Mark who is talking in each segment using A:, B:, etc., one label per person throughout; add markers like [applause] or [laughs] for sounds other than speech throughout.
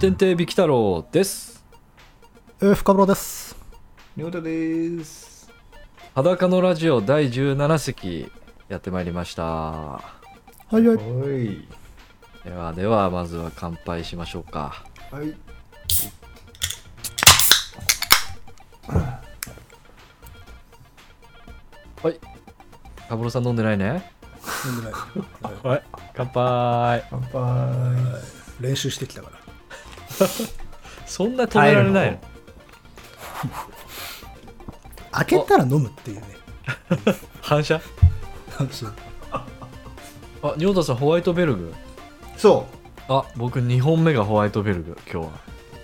A: 天亭ビキ太郎です
B: えー、深村です。
C: 両太です。
A: 裸のラジオ第17席やってまいりました
B: はいはい。
C: はい。
A: ではではまずは乾杯しましょうか
C: はい。
A: カブロさん飲んでないね
B: 飲んでない
A: はい乾杯
C: 乾杯。
B: 練習してきたから。
A: そんな止められないの
B: 開けたら飲むっていうね。
A: 反射
B: 話
A: あ仁太さんホワイトベルグ
C: そう。
A: あ僕2本目がホワイトベルグ今日は
C: あ、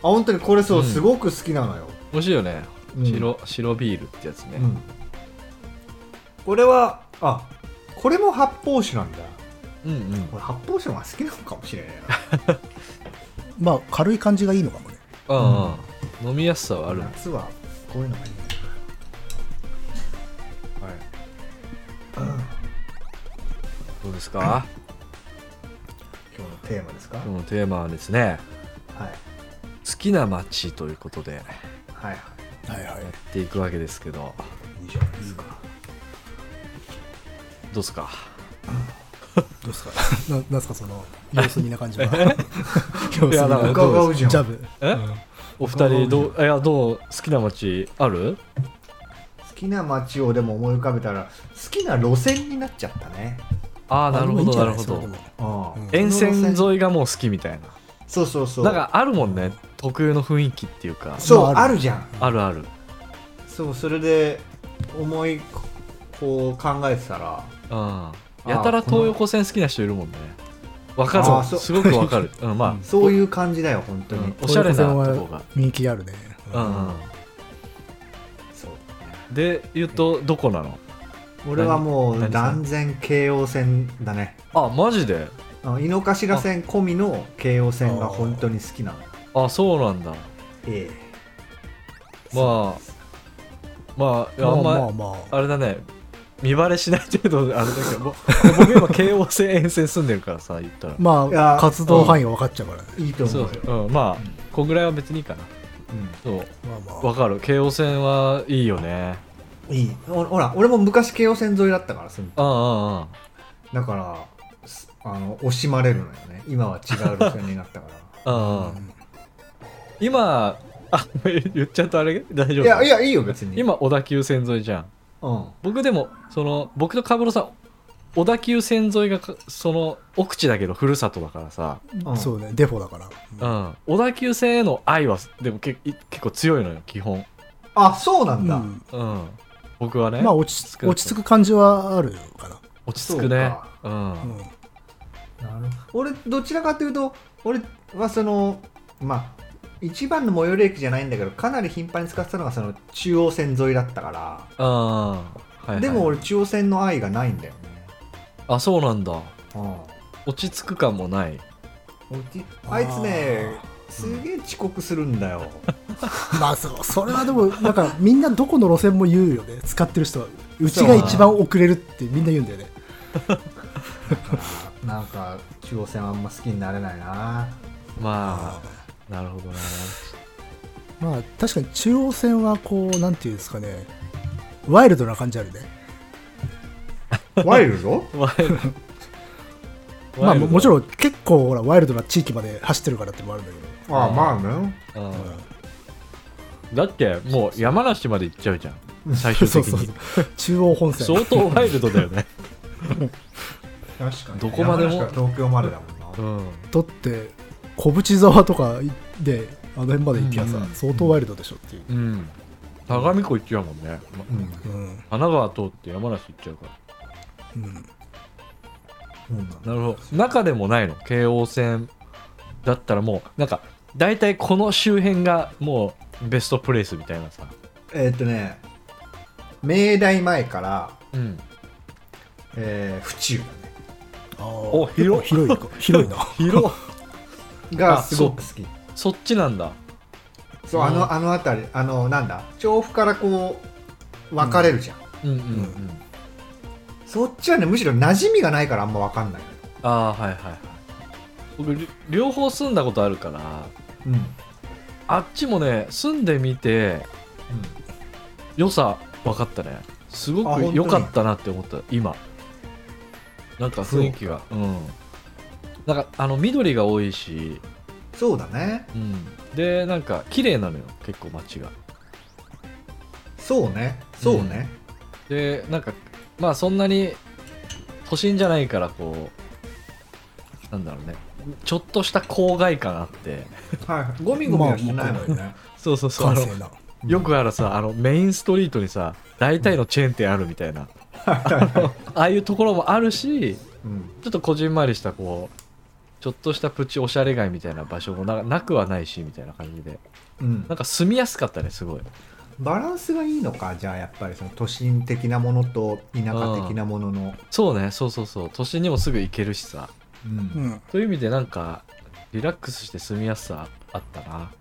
C: 本当にこれそう、
A: うん
C: すごく好きなのよ。
A: 美味しいよね
C: うん
A: 白,、白ビールってやつね、
C: うん。これは、あ、これも発泡酒なんだ。
A: うん、うん
C: 俺発泡酒の方が好きなのかもしれないな。
B: まあ、軽い感じがいいのかもね。
A: ああ、飲みやすさはある
C: 夏はこういうのがいいな。はい。
A: どうですか
C: 今日のテーマですか、
A: 今日のテーマはですね
C: はい。
A: 好きな街ということでや
C: はいはい。
B: はいはい。
A: っていくわけですけど
C: いいじゃないですか。
A: どうっすか
B: どうですか [laughs] ななんすか、その、 [laughs] 様子見な感じは。様
A: いやだから
B: な
C: 伺うじゃん
B: ジャブ。
A: え
B: うん
A: お二人どういやどう好きな街ある
C: 好きな街をでも思い浮かべたら、好きな路線になっちゃったね。
A: ああなるほどなる
B: いいん
A: ほ
B: じゃい
A: ど
C: ああ
B: うん
A: 沿線
C: い。
A: 沿いがもう好きみたいな
C: そうそうそう。
A: なんかあるもんね特有の雰囲気っていうか
C: そう、
B: まあある
C: あるじゃん。
A: あるある
C: そうそれで思いこう考えてたら
A: うん
C: ー
A: やたら東横線好きな人いるもんねわか
C: あー
A: る
C: そう
A: すごくわ [laughs] かる、うん、まあ、
C: そういう感じだよ本当
A: う
C: に、
A: んおしゃれなと
B: 東
A: こ
B: 横線
A: が
B: は人気あるね。
A: う
B: うん
A: ん、
C: そう
A: うん、で言うとどこなの
C: 俺はもう
A: 何
C: 断然京王線だね
A: あマジで
C: あの井の頭線込みの京王線が本当に好きなの
A: あそうなんだ
C: ええ
A: まあまああん
B: ま
A: ま
B: あまあまあ。
A: あれだね見バレしない程度であれだけどぼ僕今京王線沿線住んでるからさ言ったら
B: ま
C: いや
B: あ、活動範囲が分かっちゃうからね。
C: いいと思う
A: そ
C: よ
A: うそう、うん、まあこんぐらいは別にいいかなそ
B: まあま
A: うわ
B: あ。
A: かる京王線はいいよね
C: うん、いいほほら俺も昔京王線沿いだったから住んで
A: うんうんうん
C: だからすあの惜しまれるのよね今は違う路線になったか
A: うんう
B: うんん
A: 今あ [laughs] 言っちゃったあれ大丈夫
C: ら [laughs] いやいやいいよ別に
A: 今小田急線沿いじゃん
C: うん
A: 僕でもその僕とブロさん小田急線沿いがかその奥地だけどふるさとだからさ、
C: うん
B: そうね、デフォだから。
A: う
B: うん
A: ん、小田急線への愛はでもけ結構強いのよ基本、
C: あそうなんだ、
B: うん
A: うん、僕はね、
B: まあ、落ち落ち着く感じはあるかな。
A: 落ち着くねう、、
B: うんん
C: なるほど俺どちらかというと俺はそのまあ一番の最寄り駅じゃないんだけどかなり頻繁に使ってたのがその中央線沿いだったから、
A: あーはいはい
C: でも俺中央線の愛がないんだよね、
A: あそうなんだ
C: う
A: 落ち着く感もない
C: ん、おじあいつねすげえ遅刻するん
A: [laughs]
C: だよ、
B: まあそうそれはでもなんかみんなどこの路線も言うよね使ってる人はうちが一番遅れるってみんな言うんだよね
C: なんか中央線はあんま好きになれないな
A: まあなるほどね
B: まあ確かに中央線はこうなんていうんですかねワイルドな感じあるね
C: ワイ [laughs] ルド
A: ワイルド
B: まあももちろ
A: ん、
B: ん結構ほらワイルドな地域まで走ってるからってのもあるんだけ
C: ああまあね
A: うん
B: ど、
A: だってもう山梨まで行っちゃうじゃん最 [laughs]
B: うん
A: 終
B: そう
A: 的
B: そう
A: に
B: そう中央本線
A: 相当ワイルドだよね
C: 確かに
A: どこまでも
C: 山梨から東京までだもんな、
A: うん
B: だって小淵沢とかであの辺まで行きゃさ、
A: うん
B: 相当ワイルドでしょっていう、
A: うん相模湖行っちゃうもんね、ま
C: うん
B: うん
A: 神奈川通って山梨行っちゃうか
B: うん、
C: うん
A: らなるほど中でもないの京王線だったらもうなんか大体この周辺がもうベストプレイスみたいなさ
C: えーっとね明大前から、
A: うん
C: えー府中だね
B: あー
A: お広い
B: 結構広い広いな
A: 広っあ
C: がすごく好き
A: そっちなんだ
C: そう
A: うん
C: あのあの辺りあのなんだ調布からこう分かれるじゃん、
A: うんうんうん、
B: うん
C: そっちはねむしろ馴染みがないからあんま分かんない
A: ああはいはいはい僕り両方住んだことあるから
C: うんうん
A: あっちもね住んでみて良さ分かったねすご
C: あ本当
A: く
C: に
A: 良かったなって思った今なんか雰囲気がうんなんかあの緑が多いし、
C: そうだね
A: うん、でなんか綺麗なのよ結構街が
C: そうねそうね、
A: でなんかまあそんなに都心じゃないからこうなんだろうねちょっとした郊外感あって
C: はいはいゴミゴミはしないもんね、
A: そうそう [laughs] そうあ
B: 感
A: の
B: 性な
A: よくあるさあのメインストリートにさ大体のチェーン店あるみたいな、ああいうところもあるし
C: うん
A: ちょっとこじんまりしたこうちょっとしたプチおしゃれ街みたいな場所もななくはないしみたいな感じで
C: うん
A: なんか住みやすかったねすごい
C: バランスがいいのかじゃあやっぱりその都心的なものと田舎的なものの、
A: そうねそうそうそう都心にもすぐ行けるしさ
C: うん
B: うん
A: という意味でなんかリラックスして住みやすさあったな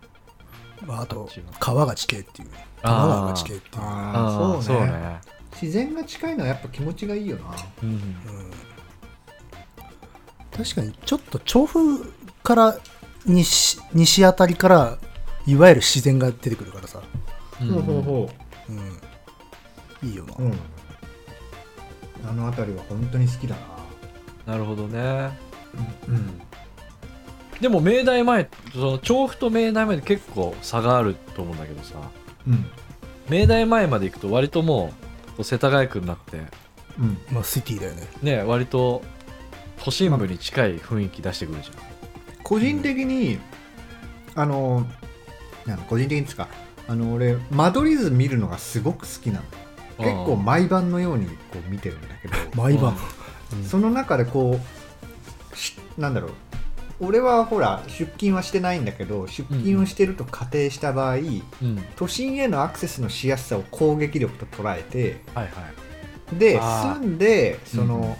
B: まあ、あと
A: こっちは
B: 川が地形っていう多摩川が地形っていう
C: ああ
A: ー
C: そうね自然が近いのはやっぱ気持ちがいいよな
A: うん
B: うん確かにちょっと調布から西西あたりからいわゆる自然が出てくるからさ、
A: うん
B: うん、いいよな、
C: うんあの辺りは本当に好きだな
A: なるほどね
C: うん
A: でも明大前その調布と明大前で結構差があると思うんだけどさ
C: うん
A: 明大前まで行くと割ともうこう世田谷区になって
C: うん
B: まあ、シティだよね
A: ね割と都心部に近い雰囲気出してくるじゃん、
C: 個人的に、あのなんか個人的にですかあの俺間取り図見るのがすごく好きなの
A: あ
C: 結
A: ー
C: 構毎晩のようにこう見てるんだけど
B: 毎晩、
C: その中でこうしなんだろう俺はほら出勤はしてないんだけど出勤をしてると仮定した場合、
A: うん
C: 都心へのアクセスのしやすさを攻撃力と捉えて
A: はいはい
C: で
A: あー
C: 住んでその、
A: うん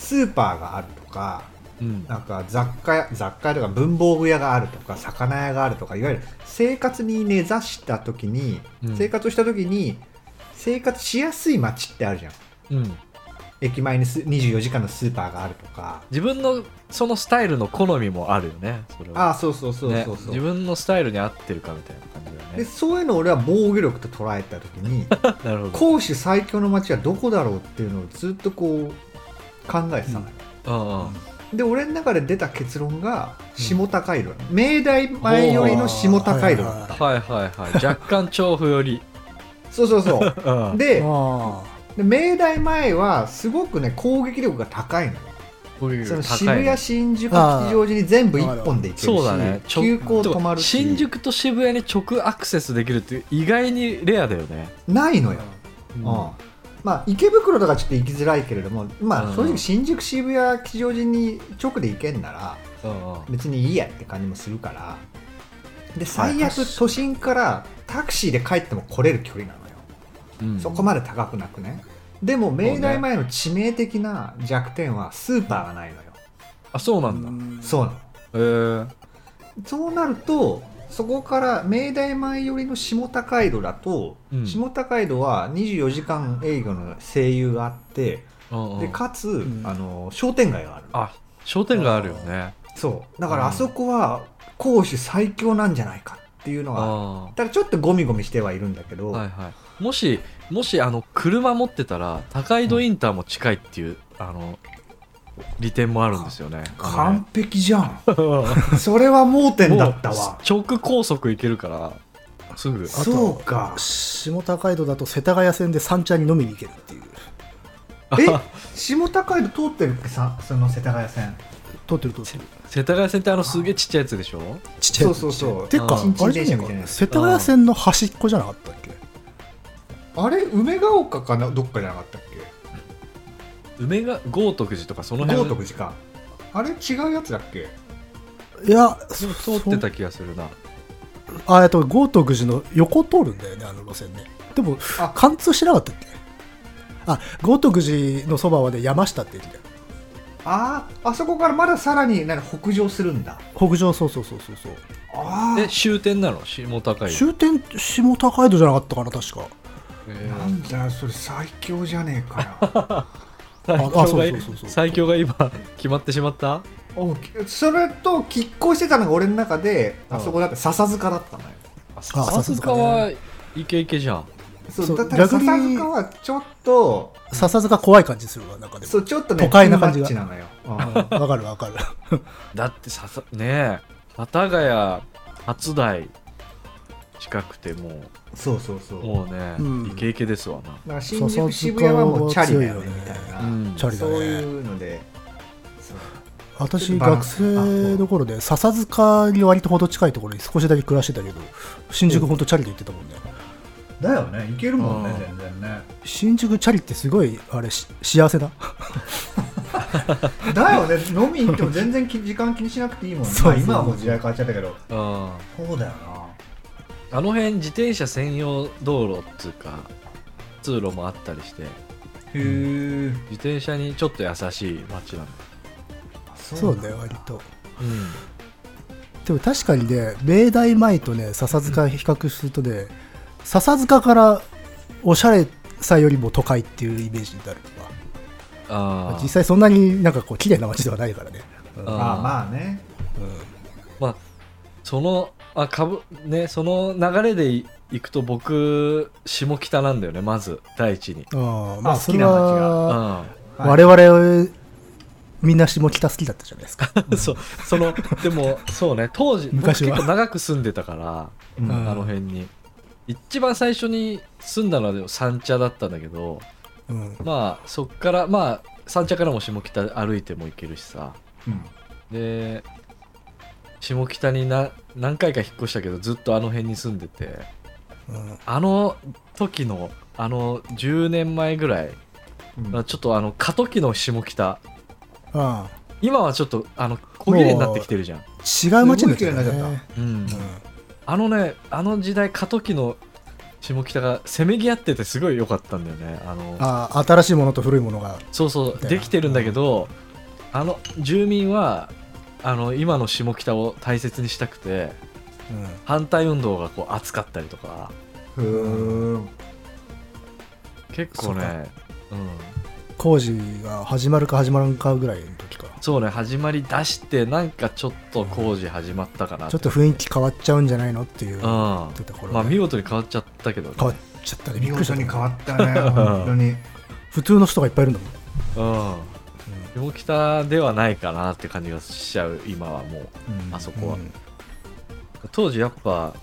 C: スーパーがあるとか
A: うん
C: なんか雑貨屋雑貨屋とか文房具屋があるとか魚屋があるとかいわゆる生活に根ざした時に、
A: うん
C: 生活をした時に生活しやすい街ってあるじゃん
A: うん
C: 駅前にす24時間のスーパーがあるとか
A: 自分のそのスタイルの好みもあるよねそれは
C: ああそうそうそうそうそ
A: ね、
C: う、
A: 自分のスタイルに合ってるかみたいな感じだよ
C: で
A: ね
C: そういうのを俺は防御力と捉えた時に
A: なるほ
C: 攻守最強の街はどこだろうっていうのをずっとこう考えてたのよ、
A: どうんうん
C: で俺の中で出た結論が下高井戸、明大前よりの下高井戸だった、
A: はいはいはい若干調布より
C: そうそうそう
A: うん
C: [laughs] で
B: あ
C: で明大前はすごくね攻撃力が高いのよ
A: 攻撃力
C: その
A: 高い
C: 渋谷新宿吉祥寺に全部一本で行けるし
A: そうだねちょ
C: 急行止まるし
A: 新宿と渋谷に直アクセスできるって意外にレアだよね、
C: ないのよ、
A: うん
C: うんまあ、池袋とかちょっと行きづらいけれども、ま
A: う
C: あ、
A: ん
C: 正直新宿渋谷吉祥寺に直で行けんなら
A: うんうん
C: 別にいいやって感じもするからで
B: 確
C: 最
B: かに
C: 悪都心からタクシーで帰っても来れる距離なのよ、
A: うん
C: そこまで高くなくねでも明大前の致命的な弱点はスーパーがないのよ、
A: あそうな
B: あ
A: んだ、
C: そうなの
A: へー
C: そうなるとそこから明大前よりの下高井戸だと、
A: うん
C: 下高井戸は24時間営業の声優があって、
A: うんうん
C: でかつ、
B: ん
C: あの商店街がある
A: あ商店街あるよね
C: そうだから
A: うん
C: あそこは攻守最強なんじゃないかっていうのが
A: あ
C: ただちょっとゴミゴミしてはいるんだけ
A: あ
C: ど、
A: はいはいもしもしあの車持ってたら高井戸インターも近いっていう、あの利点もあるんですよね
C: 完璧じゃん
A: あのね
C: [laughs] それは盲点だった
A: も
C: わ
A: う直高速行けるからすぐ
B: と
C: そうか
B: 下高井戸だと世田谷線で三茶に飲みに行けるっていう
C: え下高井戸通ってるっけさその世田谷線
B: 通ってる通ってる
A: 世田谷線ってあのすげえちっちゃいやつでしょ
B: ちっちゃいやつ
C: そうそうそう
B: ちっちゃい
A: うん
B: てかあれじゃ
C: チンチン電車みたい
B: ね
C: な
B: え
C: や
B: か
C: つ
B: 世田谷線の端っこじゃなかったっけ
C: あれ梅ヶ丘かなどっかじゃなかったっ
A: 梅が豪徳寺とかその
C: け豪
A: 辺
C: 徳寺かあれ違うやつだっけ
B: いや
A: でも通ってた気がするな
B: あえっと豪徳寺の横通るんだよねあの路線ねでも
C: あ
B: 貫通しなかったっけあ豪徳寺のそばはね山下って言うんだよ
C: あーあそこからまださらに何北上するんだ
B: 北上そうそうそうそうそう
C: あ
A: で
C: あ
A: 終点なの下高井戸
B: 終点下高井戸じゃなかったかな確か
A: え
C: な
A: ー
C: んだよそれ最強じじゃねえかよ [laughs]
A: 最
B: あ
A: 強
B: そ
A: が
B: うそうそうそう
A: 最強が今決まってしまった
C: おそれと拮抗してたのが俺の中であそこだって笹塚だったのよ
A: あ
B: 笹塚ね
A: さすがはイケイケじゃん
C: そう
B: そう
C: だただ
B: ラグ
C: 笹
B: ビー
C: 塚はちょっと
B: 笹塚怖い感じするわなんかでも
C: そうちょっとね
B: 都会な感じが
C: トゥーマッチなのよ、
B: うんわかるわ [laughs] かる
A: だってささねえ幡ヶ谷初台近くても
C: うんそうそうそうう
A: もうね、
B: うん
A: イケイケですわな、
C: だから新
B: 笹塚
C: 宿渋谷はもうチャリだよ
B: は強い
C: ね
B: よね
C: みたいな、
A: うん
B: チャリだ
C: そう
B: ね
C: いうのでそう
B: 私学生の頃で笹塚に割と程近いところに少しだけ暮らしてたけど新宿ほんとチャリで行ってたもんね
C: だよねいけるもんね
A: うん
C: 全然ね
B: 新宿チャリってすごいあれし幸せだ
C: だよね飲みに行っても全然き時間気にしなくていいもんね
B: そうそう
C: まあ今はもう時代変わっちゃったけ
A: う
C: ど
A: ん、あ
C: そうだよ
A: の辺自転車専用道路っつうか通路もあったりして
C: なへえ
A: 自転車にちょっと優しい街なの、
B: そうだよ割と
A: うん、
B: でも確かにね明大前とね笹塚比較するとね、笹塚からおしゃれさよりも都会っていうイメージになるわ
A: あー
B: 実際そんなになんかこう綺麗な街ではないからね、うん
A: あ
C: まあまあね
A: まあそのあかぶねその流れでいいくと僕下北なんだよねまず第一に、
B: うんあまあ
C: あ
B: それ
C: 好きな街
A: うん
B: は
C: はい
B: 我々みんな下北好きだったじゃないですか [laughs]
A: そうそのでもそうね当時
B: 昔は
A: 僕結構長く住んでたから
C: うん
B: うん
A: あの辺に一番最初に住んだのはでも三茶だったんだけど
B: うん
A: まあそっからまあ三茶からも下北歩いても行けるしさ
C: うん
A: で下北にな何回か引っ越したけどずっとあの辺に住んでて
B: うん
A: あの時のあの10年前ぐらい
C: うん
A: ちょっとあの過渡期の下北
B: ああ
A: 今はちょっとあの小切れになってきてるじゃん、
B: 違う街になっちゃった
C: すごい綺麗になっち
B: ね
A: うん
B: うん
A: あのねあの時代過渡期の下北がせめぎ合っててすごい良かったんだよねあの
B: ああ新しいものと古いものが
A: そうそう
B: だよな
A: できてるんだけどあの住民はあの今の下北を大切にしたくて
B: うん
A: 反対運動がこう熱かったりとか
C: ふーん
A: 結構ねうん、
B: 工事が始まるか始まらんかぐらいの時か
A: そうね始まりだしてなんかちょっと工事始まったかな
B: ちょっと雰囲気変わっちゃうんじゃないのっていう
A: うん
B: 言っ
A: ま
B: てた頃
A: あ
B: ね
A: 見事に変わっちゃったけどね
B: 変わっちゃったねび
C: 見
B: っくりし
C: 事
B: た
C: に変わったね本当に
B: 普通の人がいっぱいいるんだもん
A: うん下北ではないかなって感じがしちゃう今はもうあそこは、
B: うん
A: 当時やっぱ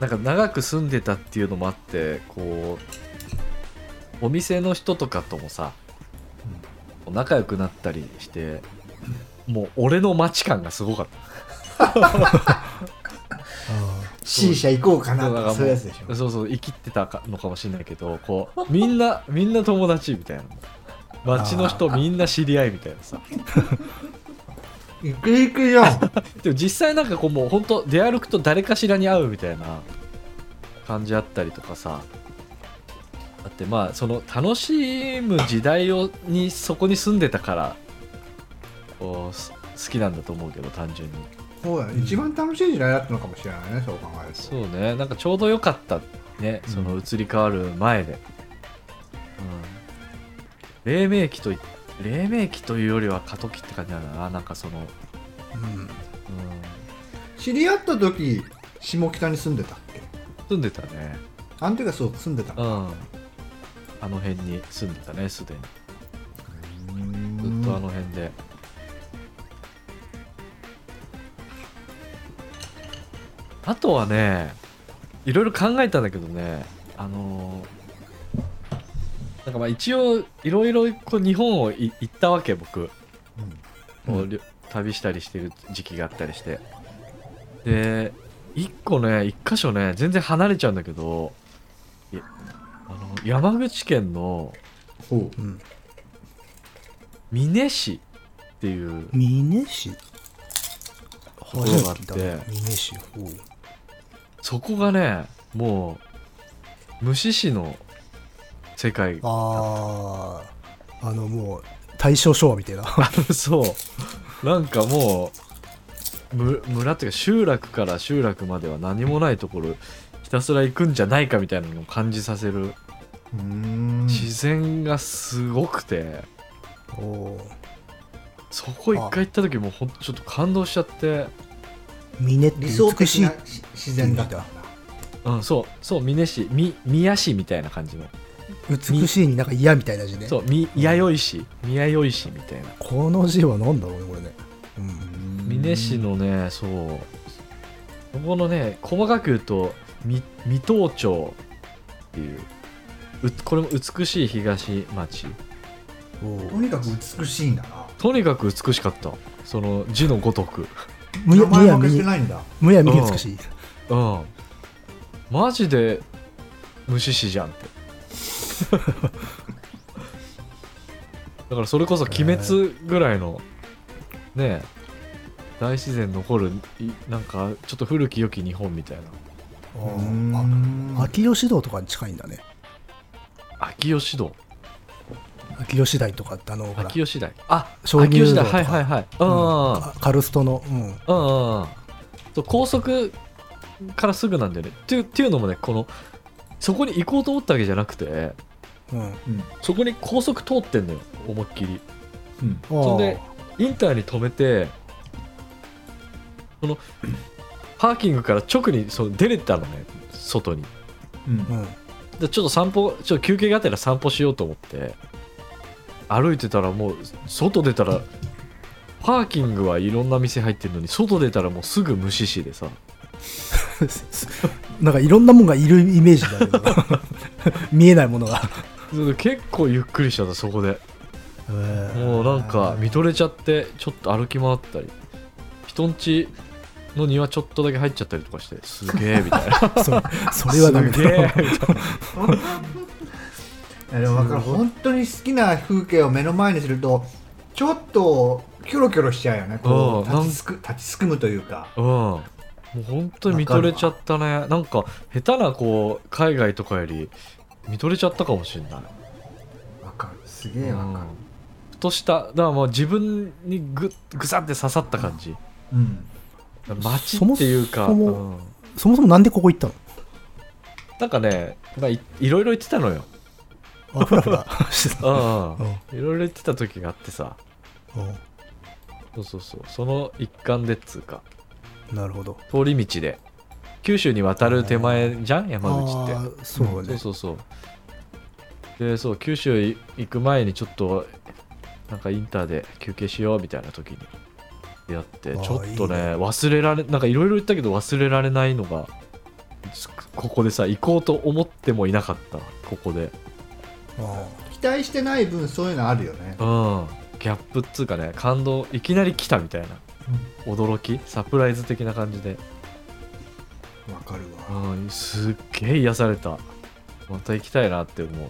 A: なんか長く住んでたっていうのもあってこうお店の人とかともさ、仲良くなったりしてもう俺の街感がすごかった
B: あ
C: C 社行こうか
A: だから
C: な
A: も
C: ってそういうやつでしょ
A: そうそう生きてたかのかもしれないけどこうみんなみんな友達みたいな街の人みんな知り合いみたいなさ
C: 行く行くよ
A: でも実際なんかこうもう本当出歩くと誰かしらに会うみたいな感じあったりとかさだってまあその楽しむ時代をにそこに住んでたからこうす好きなんだと思うけど単純に
C: そうだね一番楽しい時代だったのかもしれないねそう考えると
A: そうねなんかちょうど良かったねその移り変わる前で、うん、黎明期とい黎明期というよりは過渡期って感じなんだななんかその、
B: ーうん
A: うん、
C: 知り合った時下北に住んでたっけ
A: 住んでたね
C: あの時はそう住んでた
A: うん、あの辺に住んでたねすでにずっとあの辺で、あとはねいろいろ考えたんだけどねあのーなんかまあ一応いろいろこう日本をい行ったわけ僕、こうりょ旅したりしてる時期があったりしてで一個ね一箇所ね全然離れちゃうんだけどいあの山口県の
C: ほう
B: うん
A: 美祢市っていう
B: 峰市
A: ところがあって、
B: 峰市ほう
A: そこがねもう虫師の世界
B: あああのもう大正昭和みたいな
A: [laughs]
C: [laughs]
A: そうなんかもうむ村っていうか集落から集落までは何もないところひたすら行くんじゃないかみたいなのを感じさせる
C: うーん
A: 自然がすごくて、
B: おー
A: そこ一回行った時もうほんとちょっと感動しちゃって
B: 峰って
C: 理想
B: 美
C: 的
B: しい
C: な
B: って
C: し
B: 意
C: 自
B: 味
C: 然だ
B: だ
C: った
A: うんそうそう峰市み宮市みたいな感じの
B: 美しいになんか嫌みたいな字ね
A: そうみ弥生市宮生市みたいな
B: この字は何だろうねこれね、うん、
A: 美祢市のねそうここのね細かく言うとみ三頭町っていううこれも美しい東町
C: とにかく美しいんだな
A: とにかく美しかったその字のごとく
B: むや
C: 名
B: む
C: 前
B: や
C: 負け
B: み
C: してないんだ
B: むやみ美しい
A: うんマジで虫師じゃんって [laughs] だからそれこそ「鬼滅」ぐらいのねえ大自然残るいなんかちょっと古き良き日本みたいな
C: うん
B: あ秋吉道とかに近いんだね
A: 秋吉道
B: 秋吉台とかってあのほら
A: 秋吉台あ
B: 鍾
A: 秋
B: 乳
A: 吉
B: 洞
A: 台
B: とか
A: はいはいはいうん
B: うんかカルストの、うん、
A: うんうんそう高速からすぐなんだよねっていうっていうのもねこのそこに行こうと思ったわけじゃなくて
B: うん、
C: うん
A: そこに高速通ってんのよ思いっきり
C: うん
A: そんでインターに止めてそのパーキングから直にその出れたのね外に
C: うん
B: うん、 [laughs]
A: でちょっと散歩ちょっと休憩がてら散歩しようと思って歩いてたらもう外出たらパーキングはいろんな店入ってるのに外出たらもうすぐ無視しでさ
B: なんかいろんなもんがいるイメージだけど見えないものが、
A: それで結構ゆっくりしちゃったそこでもうなんか見とれちゃってちょっと歩き回ったり人んちの庭ちょっとだけ入っちゃったりとかしてすげえみたいな
B: それそれはダメ
A: すげえみ
B: だ
A: たいない
C: やでもだから本当に好きな風景を目の前にするとちょっとキョロキョロしちゃうよねこう
A: うん
C: 立ちすく立ちすくむというか
A: うんもう本当に見とれちゃったねなんか下手なこう海外とかより見とれちゃったかもしれない
C: わかるすげえわかる
A: ふとしただからもう自分にぐぐさって刺さった感じ
C: うん
A: 街っていうか
B: そもそも
A: うん
B: そもそもなんでここ行っ
A: [laughs]
B: たの
A: なんかね、まあ、いいろいろ言ってたのよ、
B: あふらふら [laughs] してた
A: うん
B: うん
A: いろいろ言ってた時があってさそ
B: う
A: うそうそうその一環でっつうか
B: んなるほど
A: 通り道で九州に渡る手前じゃん山口って
B: あーそう
A: そう
B: ね
A: そうそうでそう九州い行く前にちょっとなんかインターで休憩しようみたいな時に出会って
B: あー
A: ちょっとね
B: いい
A: 忘れられなんかいろいろ言ったけど忘れられないのがすここでさ行こうと思ってもいなかったここで
B: あ
C: 期待してない分そういうのあるよね
A: うんギャップっつうかね感動いきなり来たみたいな驚きサプライズ的な感じで、
C: わかるわ
A: うん、すっげえ癒されたまた行きたいなって思う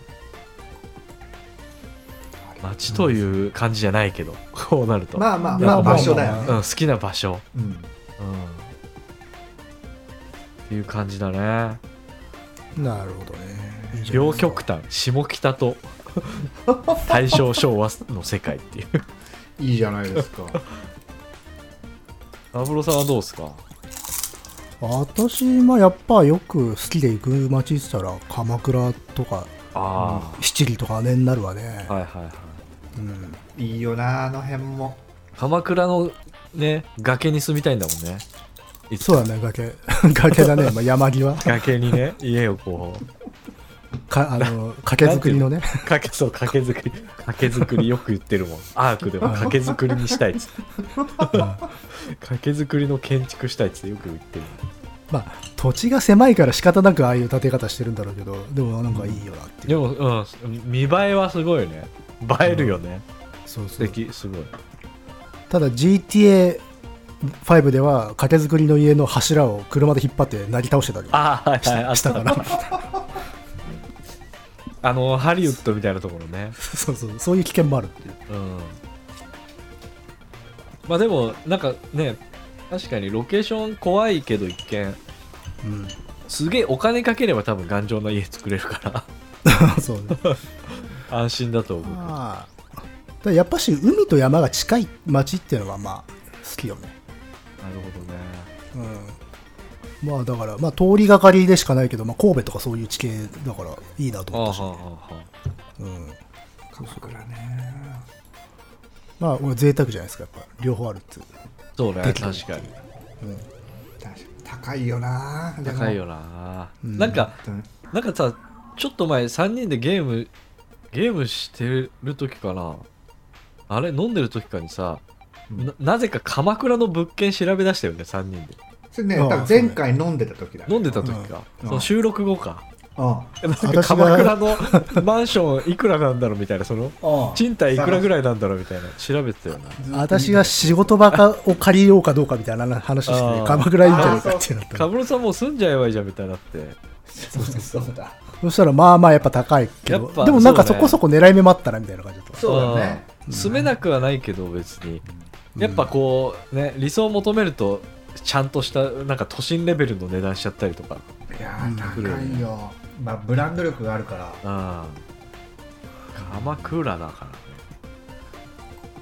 A: 街という感じじゃないけど、こうなると、
C: まあまあ
B: いや
C: まあ
A: まあ
C: 場所だよ
A: うん、
C: ね
A: 好きな場所、
C: うん
A: うん、っていう感じだね
B: あなるほどねいいじゃない
A: 両
B: ですか
A: 極端下北
C: [laughs]
A: と大正昭和の世界っていう
C: いいじゃないですか
A: 安室さんはどうですか
B: 私まあやっぱよく好きで行く街って言ったら鎌倉とか
A: あ
B: 七里とかあれになるわね
A: あ、はいはいはい
B: うん、
C: [laughs] いいよなあの辺も
A: 鎌倉のね崖に住みたいんだもんねいつか
B: そうだね崖崖だね、まあ、山際
A: 崖に [laughs] ね家をこう
B: かあ
A: [laughs]
B: の崖作りのね
A: 崖そう崖作り崖作りよく言ってるもんアークで [laughs] も崖作りにしたいっつって崖作りの建築したいっつってよく言ってる
B: まあ土地が狭いから仕方なくああいう建て方してるんだろうけどでもなんかいいよなっていう、
A: でも、うん、見栄えはすごいね映えるよね、
B: そう
A: 素
B: そう
A: 敵すごい
B: ただ GTA5 では崖作りの家の柱を車で引っ張ってなぎ倒してたり
A: ああはいはいあっ
B: したたから
A: あのハリウッドみたいなところね
B: [laughs] そうそうそういう危険もあるっていう
A: うんまあでもなんかね確かにロケーション怖いけど一見
B: うん
A: すげえお金かければ多分頑丈な家作れるから [laughs]
B: そう [laughs] ね
A: 安心だと思う
B: まあただやっぱし海と山が近い町っていうのはまあ好きよね
A: なるほどね
B: うんまあだから、まあ、通りがかりでしかないけど、まあ、神戸とかそういう地形だからいいなと
A: ああは
B: 思ったし、
A: あはあはあ
B: うん、
C: 鎌倉ね
B: まあ俺贅沢じゃないですかやっぱ両方あるっていう
A: そうね
B: で
A: 確
B: きる
A: かに [laughs]
B: うん
C: 確かに高いよなでも
A: 高いよな、
B: うん
A: なんか
C: うん
A: なんかさちょっと前3人でゲームゲームしてる時かなあれ飲んでる時かにさ
C: うん
A: ななぜか鎌倉の物件調べ出したよね3人で
C: それね
B: ああ
C: 多分前回飲んでた時だ
A: 飲んでた時か、
C: うん
A: その収録後か
C: あ
A: なんか
B: 私が
A: 鎌倉のマンションいくらなんだろうみたいなその
C: あ
A: 賃貸いくらぐらいなんだろうみたいな調べてたよな
B: 私が仕事場かを借りようかどうかみたいな話して
A: あ
B: て
A: ー
B: 鎌倉いいんじゃないかってなった
A: カ
B: の
A: ブロさんもう住んじゃえばいいじゃんみたいになって
C: そうそうだ
B: そしたらまあまあやっぱ高いけ
A: や
B: ど
A: っぱ
B: でもなんか
A: そ
B: そう
A: ね
B: こそこ狙い目もあったなみたいな感じだった
C: そうだね
A: うん住めなくはないけど別に
B: うん
A: やっぱこうね理想を求めるとちゃんとしたなんか都心レベルの値段しちゃったりとか
C: いや
B: うん
C: ー高いよまあブランド力があるから
A: うん鎌倉だからね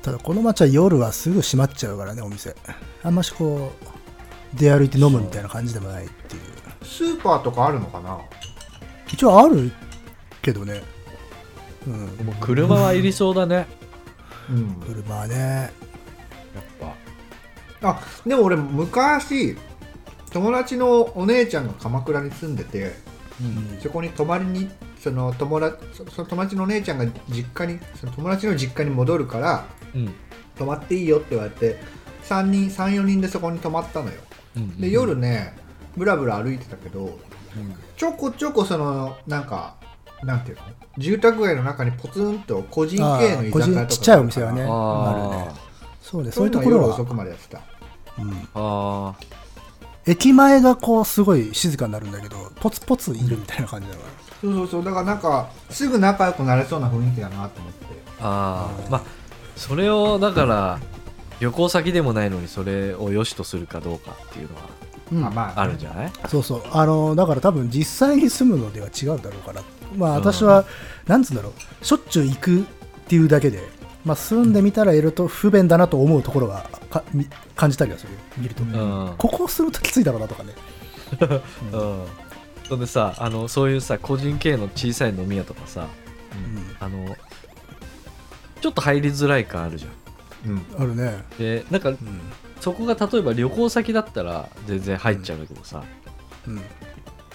B: ただこの街は夜はすぐ閉まっちゃうからねお店あんましこう出歩いて飲むみたいな感じでもないっていう
C: スーパーとかあるのかな
B: 一応あるけどねうん
A: もう車はいりそうだね
C: うん
B: 車はね
A: やっぱ
C: あでも俺昔友達のお姉ちゃんが鎌倉に住んでて
B: うん
C: そこに泊まりにその友達そその友達のお姉ちゃんが実家にその友達の実家に戻るから
A: うん
C: 泊まっていいよって言われて3人34人でそこに泊まったのよ
A: うんうん
C: で夜ねぶらぶら歩いてたけど
A: うん
C: ちょこちょこそのなんかなんていうの住宅街の中にポツンと個人系の居酒屋と
B: 個
C: か
B: 人ちっちゃいお店はね
A: あ
B: あ
A: ー
B: るねそうね
C: そ
B: そうう
C: い
B: いううと
C: とこ
B: こ
C: ろ
B: ろ
C: は夜
B: は
C: 遅、くまでやってた
B: うん
A: あ
B: 駅前がこうすごい静かになるんだけどポツポツいるみたいな感じだから
C: そうそうそうだからなんかすぐ仲良くなれそうな雰囲気だなと思って
A: ーあーまあそれをだから旅行先でもないのにそれを良しとするかどうかっていうのは
B: うん
C: あまあ
A: あるんじゃない
B: そうそうあのだから多分実際に住むのでは違うだろうからまあ私は、なんつうんだろうしょっちゅう行くっていうだけで、まあ、住んでみたらいろいろと不便だなと思うところがかみ感じたりはする見ると、
C: うん
A: うん
B: ここをするときついだろうなとかね
A: うんそれでさあのそういうさ個人経営の小さい飲み屋とかさあのちょっと入りづらい感あるじゃん
C: うん
B: あるね、
A: でなんかそこが例えば旅行先だったら全然入っちゃうんだけどさ、
B: うん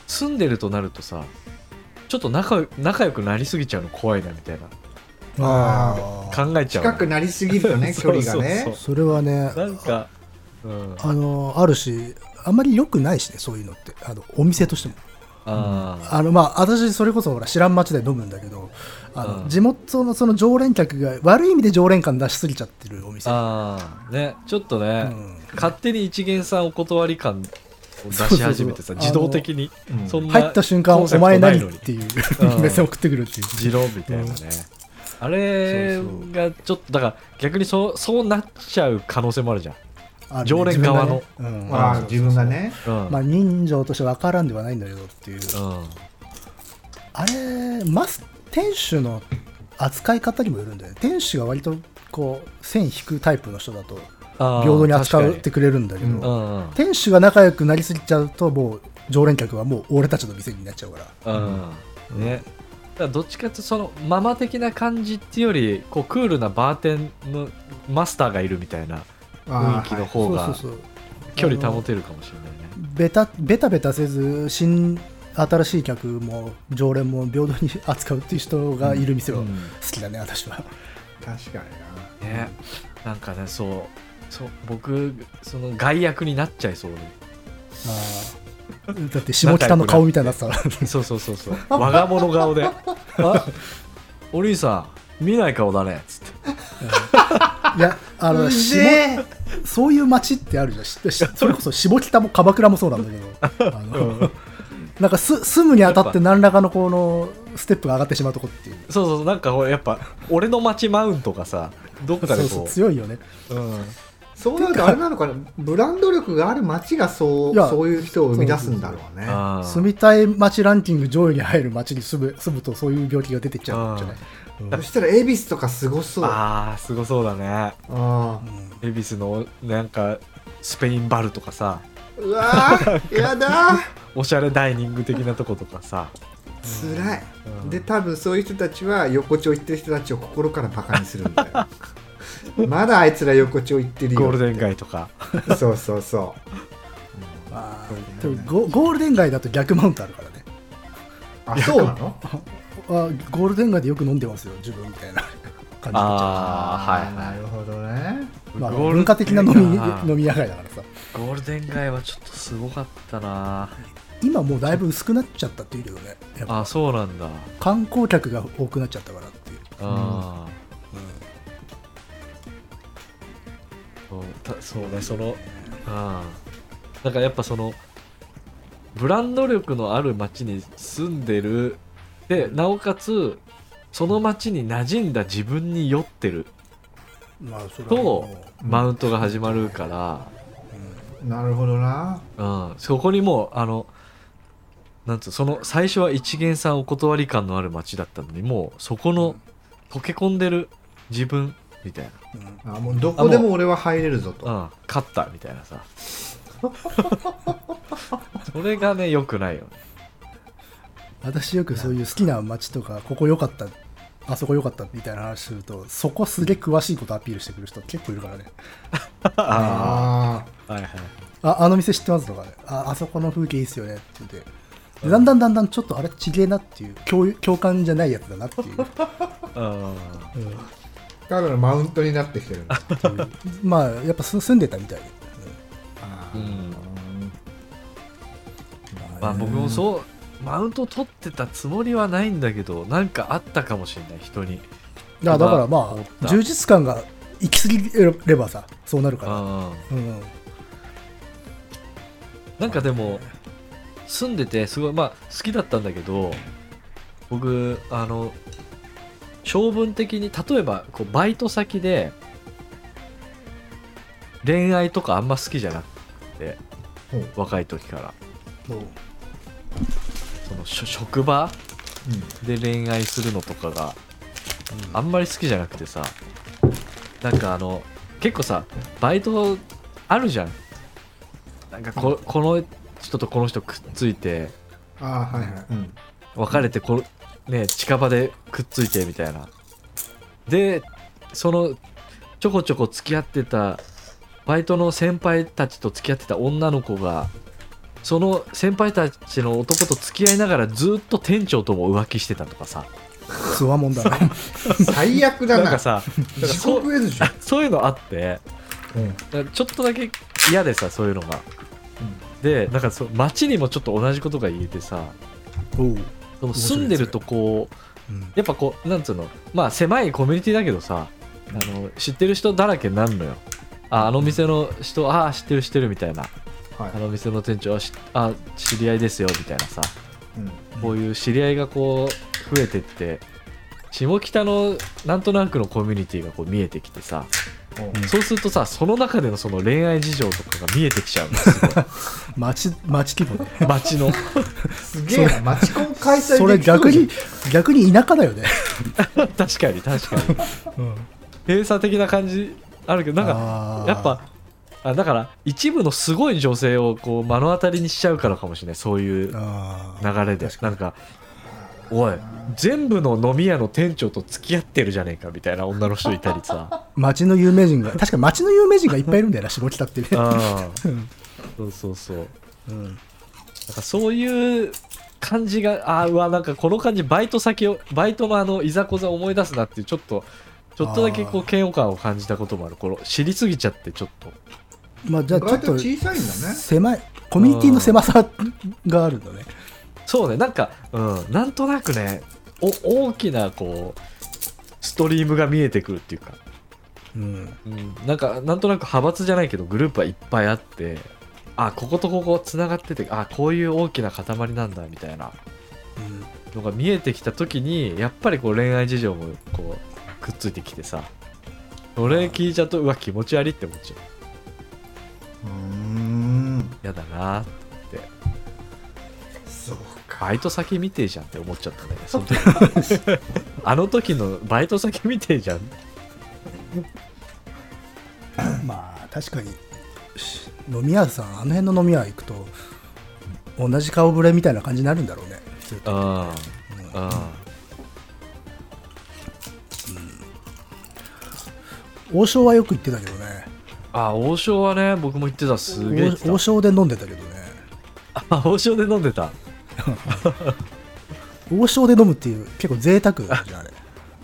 A: 住んでるとなるとさちょっと仲良仲良くなりすぎちゃうの怖いなみたいな
B: ああ
A: 考えちゃう
C: 近くなりすぎるとね距離が
A: そう
C: ね
A: そ
B: それはね
A: うそうなんか、うん、
B: あのあるしあんまり良くないしねそういうのってあのお店としても
A: あー
B: あのまあ、私、それこそほら知らん町で飲むんだけど、あの
A: うん
B: 地元のその常連客が悪い意味で常連感出しすぎちゃってるお店、
A: あーねちょっとね、
B: うん
A: 勝手に一元さんお断り感を出し始めてさ
B: そうそうそう
A: 自動的に
C: うん
A: そんな
B: 入った瞬間、
A: コンセプ
B: お
A: ト
B: 前
A: ない
B: 何
A: の
B: っ
A: に
B: ていう
A: うん
B: 目線送ってくるっていう、
A: 持論みたいなね、あれがちょっとだから逆にそうそうなっちゃう可能性もあるじゃん、
B: あの
A: 常連側の、
B: 自分がねうん
C: まあ自分が、ね
A: うん
B: まあ、人情として分からんではないんだけどっていう、
A: うん
B: あれ、マス店主の扱い方にもよるんだよね、店主が割とこう線引くタイプの人だと、
A: あー
B: 平等に扱っ
A: 確
B: て
A: か
B: くれるんだけど。
C: うん
A: にうんうん
B: 店主が仲良くなりすぎちゃうともう常連客はもう俺たちの店になっちゃうから
A: うんねだからどっちかっていうとそのママ的な感じっていうよりこうクールなバーテンのマスターがいるみたいな雰
C: あ
A: 囲気
C: ー
A: の
C: はい
A: 方が
B: そうそうそう
A: 距離保てるかもしれないね
B: ベタベタベタせず新新しい客も常連も平等に扱うっていう人がいる店は
A: うん
B: 好きだね、私は
C: 確かに
A: ねなんかねそうそう僕その害悪になっちゃいそう
B: あーだって下北の顔みたいになっ
A: [laughs]
B: てたら
A: でそうそうそうそう我が物顔で「あ [laughs] お兄さん見ない顔だね」っつって
B: いやあ
C: な
B: の
C: う
B: 下
C: ぜえ
B: そういう街ってあるじゃんし
A: [laughs]
B: しそれこそ下北も鎌倉もそうなんだけどあの、なんかす住むにあたって何らかのこのステップが上がってしまうとこっていう
A: そうそうそうなんかほらやっぱ俺の町マウントがさどっかで
B: そ
A: こう
B: うそう強いよね
A: うん
C: そうなるとあれなのかなブランド力がある街がそ
B: いや
C: うそういう人を生み出すんだろうね
A: あー
B: 住みたい街ランキング上位に入る街に住む住むとそういう病気が出てきちゃうんじゃない、
C: そしたら恵比寿とかすごそうあ
A: あーすごそうだね
C: あ
A: 恵比寿のなんかスペインバルとかさ
C: うわーやだ
A: おしゃれダイニング的なとことかさ
C: つらい
A: うん
C: で多分そういう人たちは横丁行ってる人たちを心からバカにするんだよ
A: [laughs]
C: まだあいつら横丁行ってるよ
A: ゴールデン街とか
C: ンそうそうそう
B: あーでもゴゴールデン街だと逆マウントあるからね
C: あそうなの
B: あゴールデン街でよく飲んでますよ自分みたい
A: [laughs]
B: な感
A: [laughs]
B: じ
A: ああ
C: な
A: はい
C: るほどね
B: まあ、
A: ゴールデン街
B: 文化的な飲み
A: な
B: 飲み屋街だからさ
A: ゴールデン街はちょっとすごかったな
B: 今もうだいぶ薄くなっちゃったっていうけどねやっぱ
A: あそうなんだ
B: 観光客が多くなっちゃったからっていう、
A: あ
B: うん
A: ーそうたそうねそのあなんかやっぱそのブランド力のある町に住んでるでなおかつその町に馴染んだ自分に酔ってる
B: まあそれは
A: と
B: も
C: うん
A: マウントが始まるから、
B: ううん
C: なるほどな
A: うん、そこにもうあのなんつうその最初は一元さんお断り感のある街だったのにもうそこの溶け込んでる自分みたい
B: うん
C: あもうどこでも俺は入れるぞと
A: な、うん、勝ったみたいなさそれがね良くないよね
B: 私よくそういう好きな街とかここ良かったあそこ良かったみたいな話するとそこすげえ詳しいことアピールしてくる人結構いるからね
A: あ
C: あ
A: あはいはい
B: ああの店知ってますとかねああそこの風景いいっすよねって言ってでだんだんだんだんちょっとあれちげえなっていう共有共感じゃないやつだなっていう、
A: あ
B: うんっ
C: あだからマウントになってきてる
A: [laughs]
C: んだ
B: ていうまあやっぱす住んでたみたいで、
C: あ
A: う
C: ー
A: ん
B: うん
A: まあ僕もそうマウント取ってたつもりはないんだけどなんかあったかもしれない人に
B: だからだからま
A: 思っ
B: あ
A: た
B: 充実感が行き過ぎればさそうなるから
A: ああ
B: うん
A: なんかでも住んでてすごいまあ好きだったんだけど僕あの性分的に例えばこうバイト先で恋愛とかあんま好きじゃなくて
C: ほう
A: 若い時から
B: もう
A: そのしょ職場
C: うん
A: で恋愛するのとかがあんまり好きじゃなくてさなんかあの結構さバイトあるじゃんなんかここの人とこの人くっついて
C: ああはいはい、うん、
A: 別れてこ、ね、近場でくっついてみたいなでそのちょこちょこ付き合ってたバイトの先輩たちと付き合ってた女の子がその先輩たちの男と付き合いながらずっと店長とも浮気してたとかさ
B: つわもんだな
C: 最悪だ
A: な
C: なん
A: かさ
C: 地獄絵図じゃん、
A: そういうのあって
C: うんうん
A: ちょっとだけ嫌でさそういうのがでなんかそう街にもちょっと同じことが言えてさ
B: おう、
A: その
B: 面白い
A: 住んでるとこう
B: うん
A: やっぱこうなんつうのまあ狭いコミュニティだけどさあの知ってる人だらけになるのよああの店の人ああ知ってる知ってるみたいな
C: はい
A: あの店の店長あしあ知り合いですよみたいなさ
C: うん
A: こういう知り合いがこう増えてって下北のなんとなくのコミュニティがこう見えてきてさ
C: おう
A: そうするとさその中でのその恋愛事情とかが見えてきちゃうのすごい
B: 街街規
A: [laughs]
B: 模ね
A: 街の
C: すげえなマチコン開催
B: それ
C: できう
B: 逆
C: じゃん
B: に逆に田舎だよね、
A: 確かに確かに閉鎖的な感じあるけどなんか
B: あー
A: やっぱあだから一部のすごい女性をこう目の当たりにしちゃうからかもしれないそういう流
B: あー
A: れでなんかおい全部の飲み屋の店長と付き合ってるじゃねえかみたいな女の人いたりさ
B: 街の有名人が確かに街の有名人がいっぱいいるんだよな下北ってね、
A: あ
B: うん
A: そうそうそうなん
B: うん、
A: かそういう感じがあーうわなんかこの感じバイト先をバイトのあのいざこざ思い出すなっていうちょっとちょっとだけこ
B: あ
A: う嫌悪感を感じたこともあるこの知りすぎちゃってちょっと
B: まあじゃあちょ
C: 割
B: っ
C: と
B: と
C: 小さいんだね
B: 狭いコミュニティの狭さがあるんだね
A: そうね、なんか、うん、なんとなくね、お大きなこう、ストリームが見えてくるっていうか、
B: うん
A: うん、なんか、なんとなく派閥じゃないけど、グループはいっぱいあって、あ、こことここつながってて、あ、こういう大きな塊なんだ、みたいな
B: う
A: の
B: ん
A: が見えてきた時に、やっぱりこう恋愛事情もこう、くっついてきてさ、それ聞いちゃうと、うわ、気持ち悪いって思っちゃう。
C: うーん
A: やだなって
C: そう
A: バイト先見てえじゃんって思っちゃった
B: [laughs]
A: ね、その時あの時のバイト先見てえじゃん
B: まあ確かにし飲み屋さんあの辺の飲み屋行くと同じ顔ぶれみたいな感じになるんだろうねずっと
A: あ
B: うん
A: あ
B: 王将はよく行ってたけどね
A: あ王将はね僕も行ってたすげえ行って
B: 王
A: た
B: 王将で飲んでたけどね
A: あ [laughs] 王将で飲んでた
B: 王将で飲むっていう結構贅沢じゃんあれ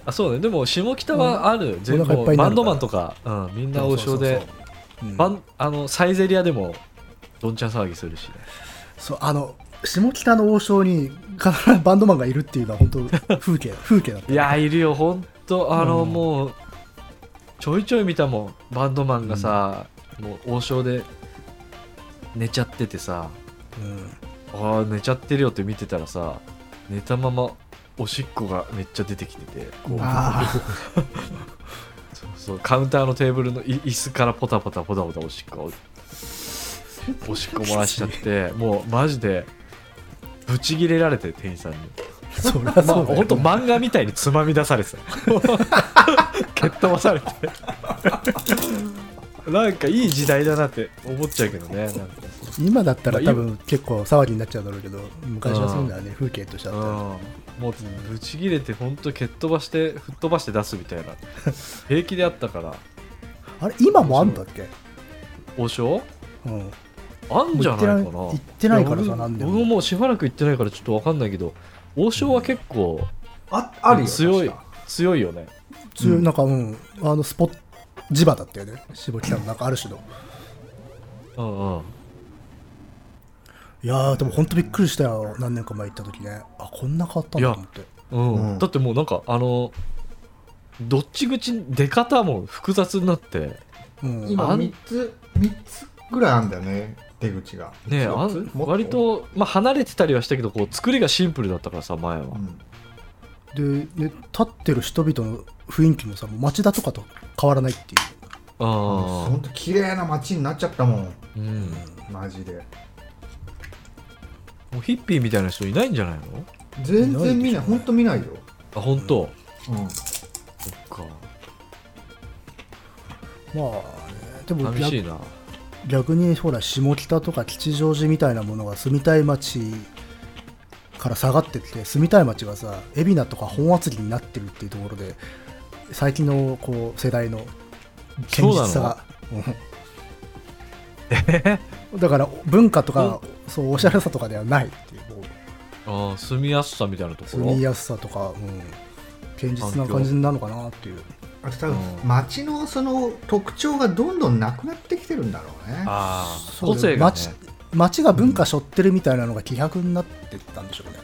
A: あそうねでも下北はある全
B: お腹いっぱい
A: 部バ
B: になるから
A: ンドマンとか、うん、みんな王将で
B: そうそうそううん
A: バンあのサイゼリアでもどんちゃん騒ぎするしね
B: そうあの下北の王将に必ずバンドマンがいるっていうのは本当風景風景だった
A: いやいるよほんとあの、
B: うん
A: もうちょいちょい見たもんバンドマンがさ、もう王将で寝ちゃっててさ
B: うん
A: ああ寝ちゃってるよって見てたらさ寝たままおしっこがめっちゃ出てきててこう
B: あ
A: そうそうカウンターのテーブルのい椅子からポタポタポタポタおしっこおしっこ漏らしちゃっ
B: [laughs]
A: てもうマジでブチギレられて店員さんに、
B: あ [laughs] そり
A: ま
B: ゃそ
A: あ、
B: うだ
A: ほ
B: よ
A: んと漫画みたいにつまみ出され
B: [laughs]
A: てた蹴っ飛ばされてなんかいい時代だなって思っちゃうけどねなんか
B: 今だったら
A: まあ
B: 多分結構騒ぎになっちゃうだろうけど昔はそうだよね風景としてあったら
A: うんもうブチギレてほんと蹴っ飛ばして吹っ飛ばして出すみたいな平気であったから
B: あれ今もあんだっけ
A: 王将
B: うん
A: あんじゃないかな
B: もう行ってない行ってないからさ
A: や俺
B: なんでも
A: 僕ももうしばらく行ってないからちょっとわかんないけど王将は結構
C: ああるよ
A: 強い、
C: 確か
A: 強いよね
B: 強い
A: うん
B: なんかうんあのスポッ地場だったよね下北のなんかある種の
A: うんうん
B: いやーでも本当びっくりしたよ何年か前行った時ねあこんな変わったんだと思って
A: うん
C: うん
A: だってもうなんかあのどっち口出方も複雑になって
B: うん
C: 今
A: あん
C: 3つ三つぐらいあるんだよね出口が
A: ねあ
C: 三つ四
A: ん
C: つもっ
A: 割と、まあ、離れてたりはしたけどこう作りがシンプルだったからさ前は、
C: うん
B: で、ね、立ってる人々の雰囲気もさもう町田とかと変わらないっていう
A: あ
C: ほんと綺麗な街になっちゃったもん
A: あうん
C: マジで
A: もうヒッピーみたいな人いないんじゃないの
C: 全然見
B: いないでし
C: な
B: ょ
C: いほんと見ないよ、
A: あ本当、
C: うん、
A: そっか
B: まあねでも
A: 寂しい
B: 逆
A: な
B: 逆にほら下北とか吉祥寺みたいなものが住みたい街から下がってきて住みたい街がさ海老名とか本厚木になってるっていうところで最近のこう世代の堅実さがうん [laughs] だから文化とかそうおしゃれさとかではないっていうもう
A: ああ住みやすさみたいなところ
B: 住みやすさとか、うん、堅実な感じなのかなっていう
C: あと多分
A: うん
C: 街のその特徴がどんどんなくなってきてるんだろうね
A: ああ
B: そう
A: 個性がね
B: 街街が文化背負ってるみたいなのが希薄になってったんでしょうね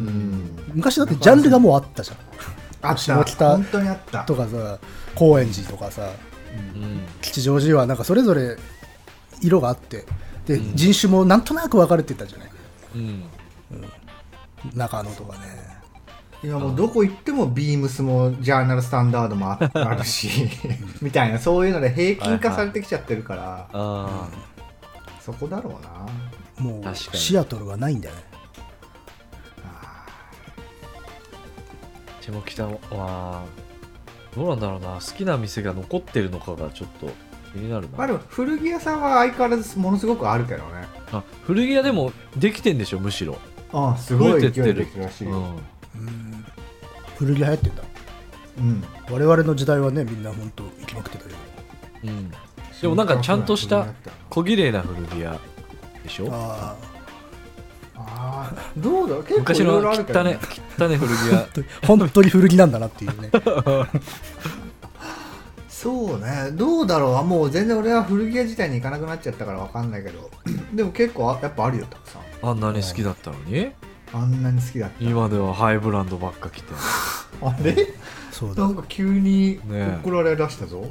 C: うん
B: 昔だってジャンルがもうあったじゃん
C: あっ
B: 下
C: た
B: 北
C: 本当にあった
B: とかさ高円寺とかさ
A: うん
B: 吉祥寺はなんかそれぞれ色があってで
A: うん
B: 人種もなんとなく分かれてたじゃない
A: うん
B: 中野とかね
C: 今もうどこ行ってもビームスもジャーナルスタンダードもああるし [laughs] みたいなそういうので平均化されてきちゃってるから、
A: あ
C: そこだろうな
A: 確
B: も
A: か
B: う
A: に
B: シアトルはないんだよね
C: あ
A: あ下北はどうなんだろうな好きな店が残ってるのかがちょっと気になる
C: ーまあ
A: な
C: でも古着屋さんは相変わらずものすごくあるけどね
A: あ古着屋でもできてんでしょむしろ
C: ああすごい勢い
A: 増えて
C: でで
A: っ
C: きてるらし
A: う
C: い、
A: ん
C: うん
B: うん古着流行ってんだ我々の時代はねみんな本当行きまくってたけど
A: うんでもなんかちゃんとした
C: あ
A: 小綺麗な古着屋でしょ
B: あ
C: あーどうだろう結構
A: 昔
C: い
A: の
C: ろいろあ
A: 汚
C: る
A: ね
C: けど、ね、
A: 汚ね古着屋
C: [laughs]
B: あ本当に古着なんだなっ
A: [laughs]
B: ていうね
C: そうねどうだろうもう全然俺は古着屋自体に行かなくなっちゃったからわかんないけどでも結構あやっぱあるよたくさん
A: あんなに好きだったのに
C: あんなに好きだった
A: 今ではハイブランドばっか着て
C: あれ
B: そうだ
C: なんか急に
A: ねえ
C: 怒られだしたぞ、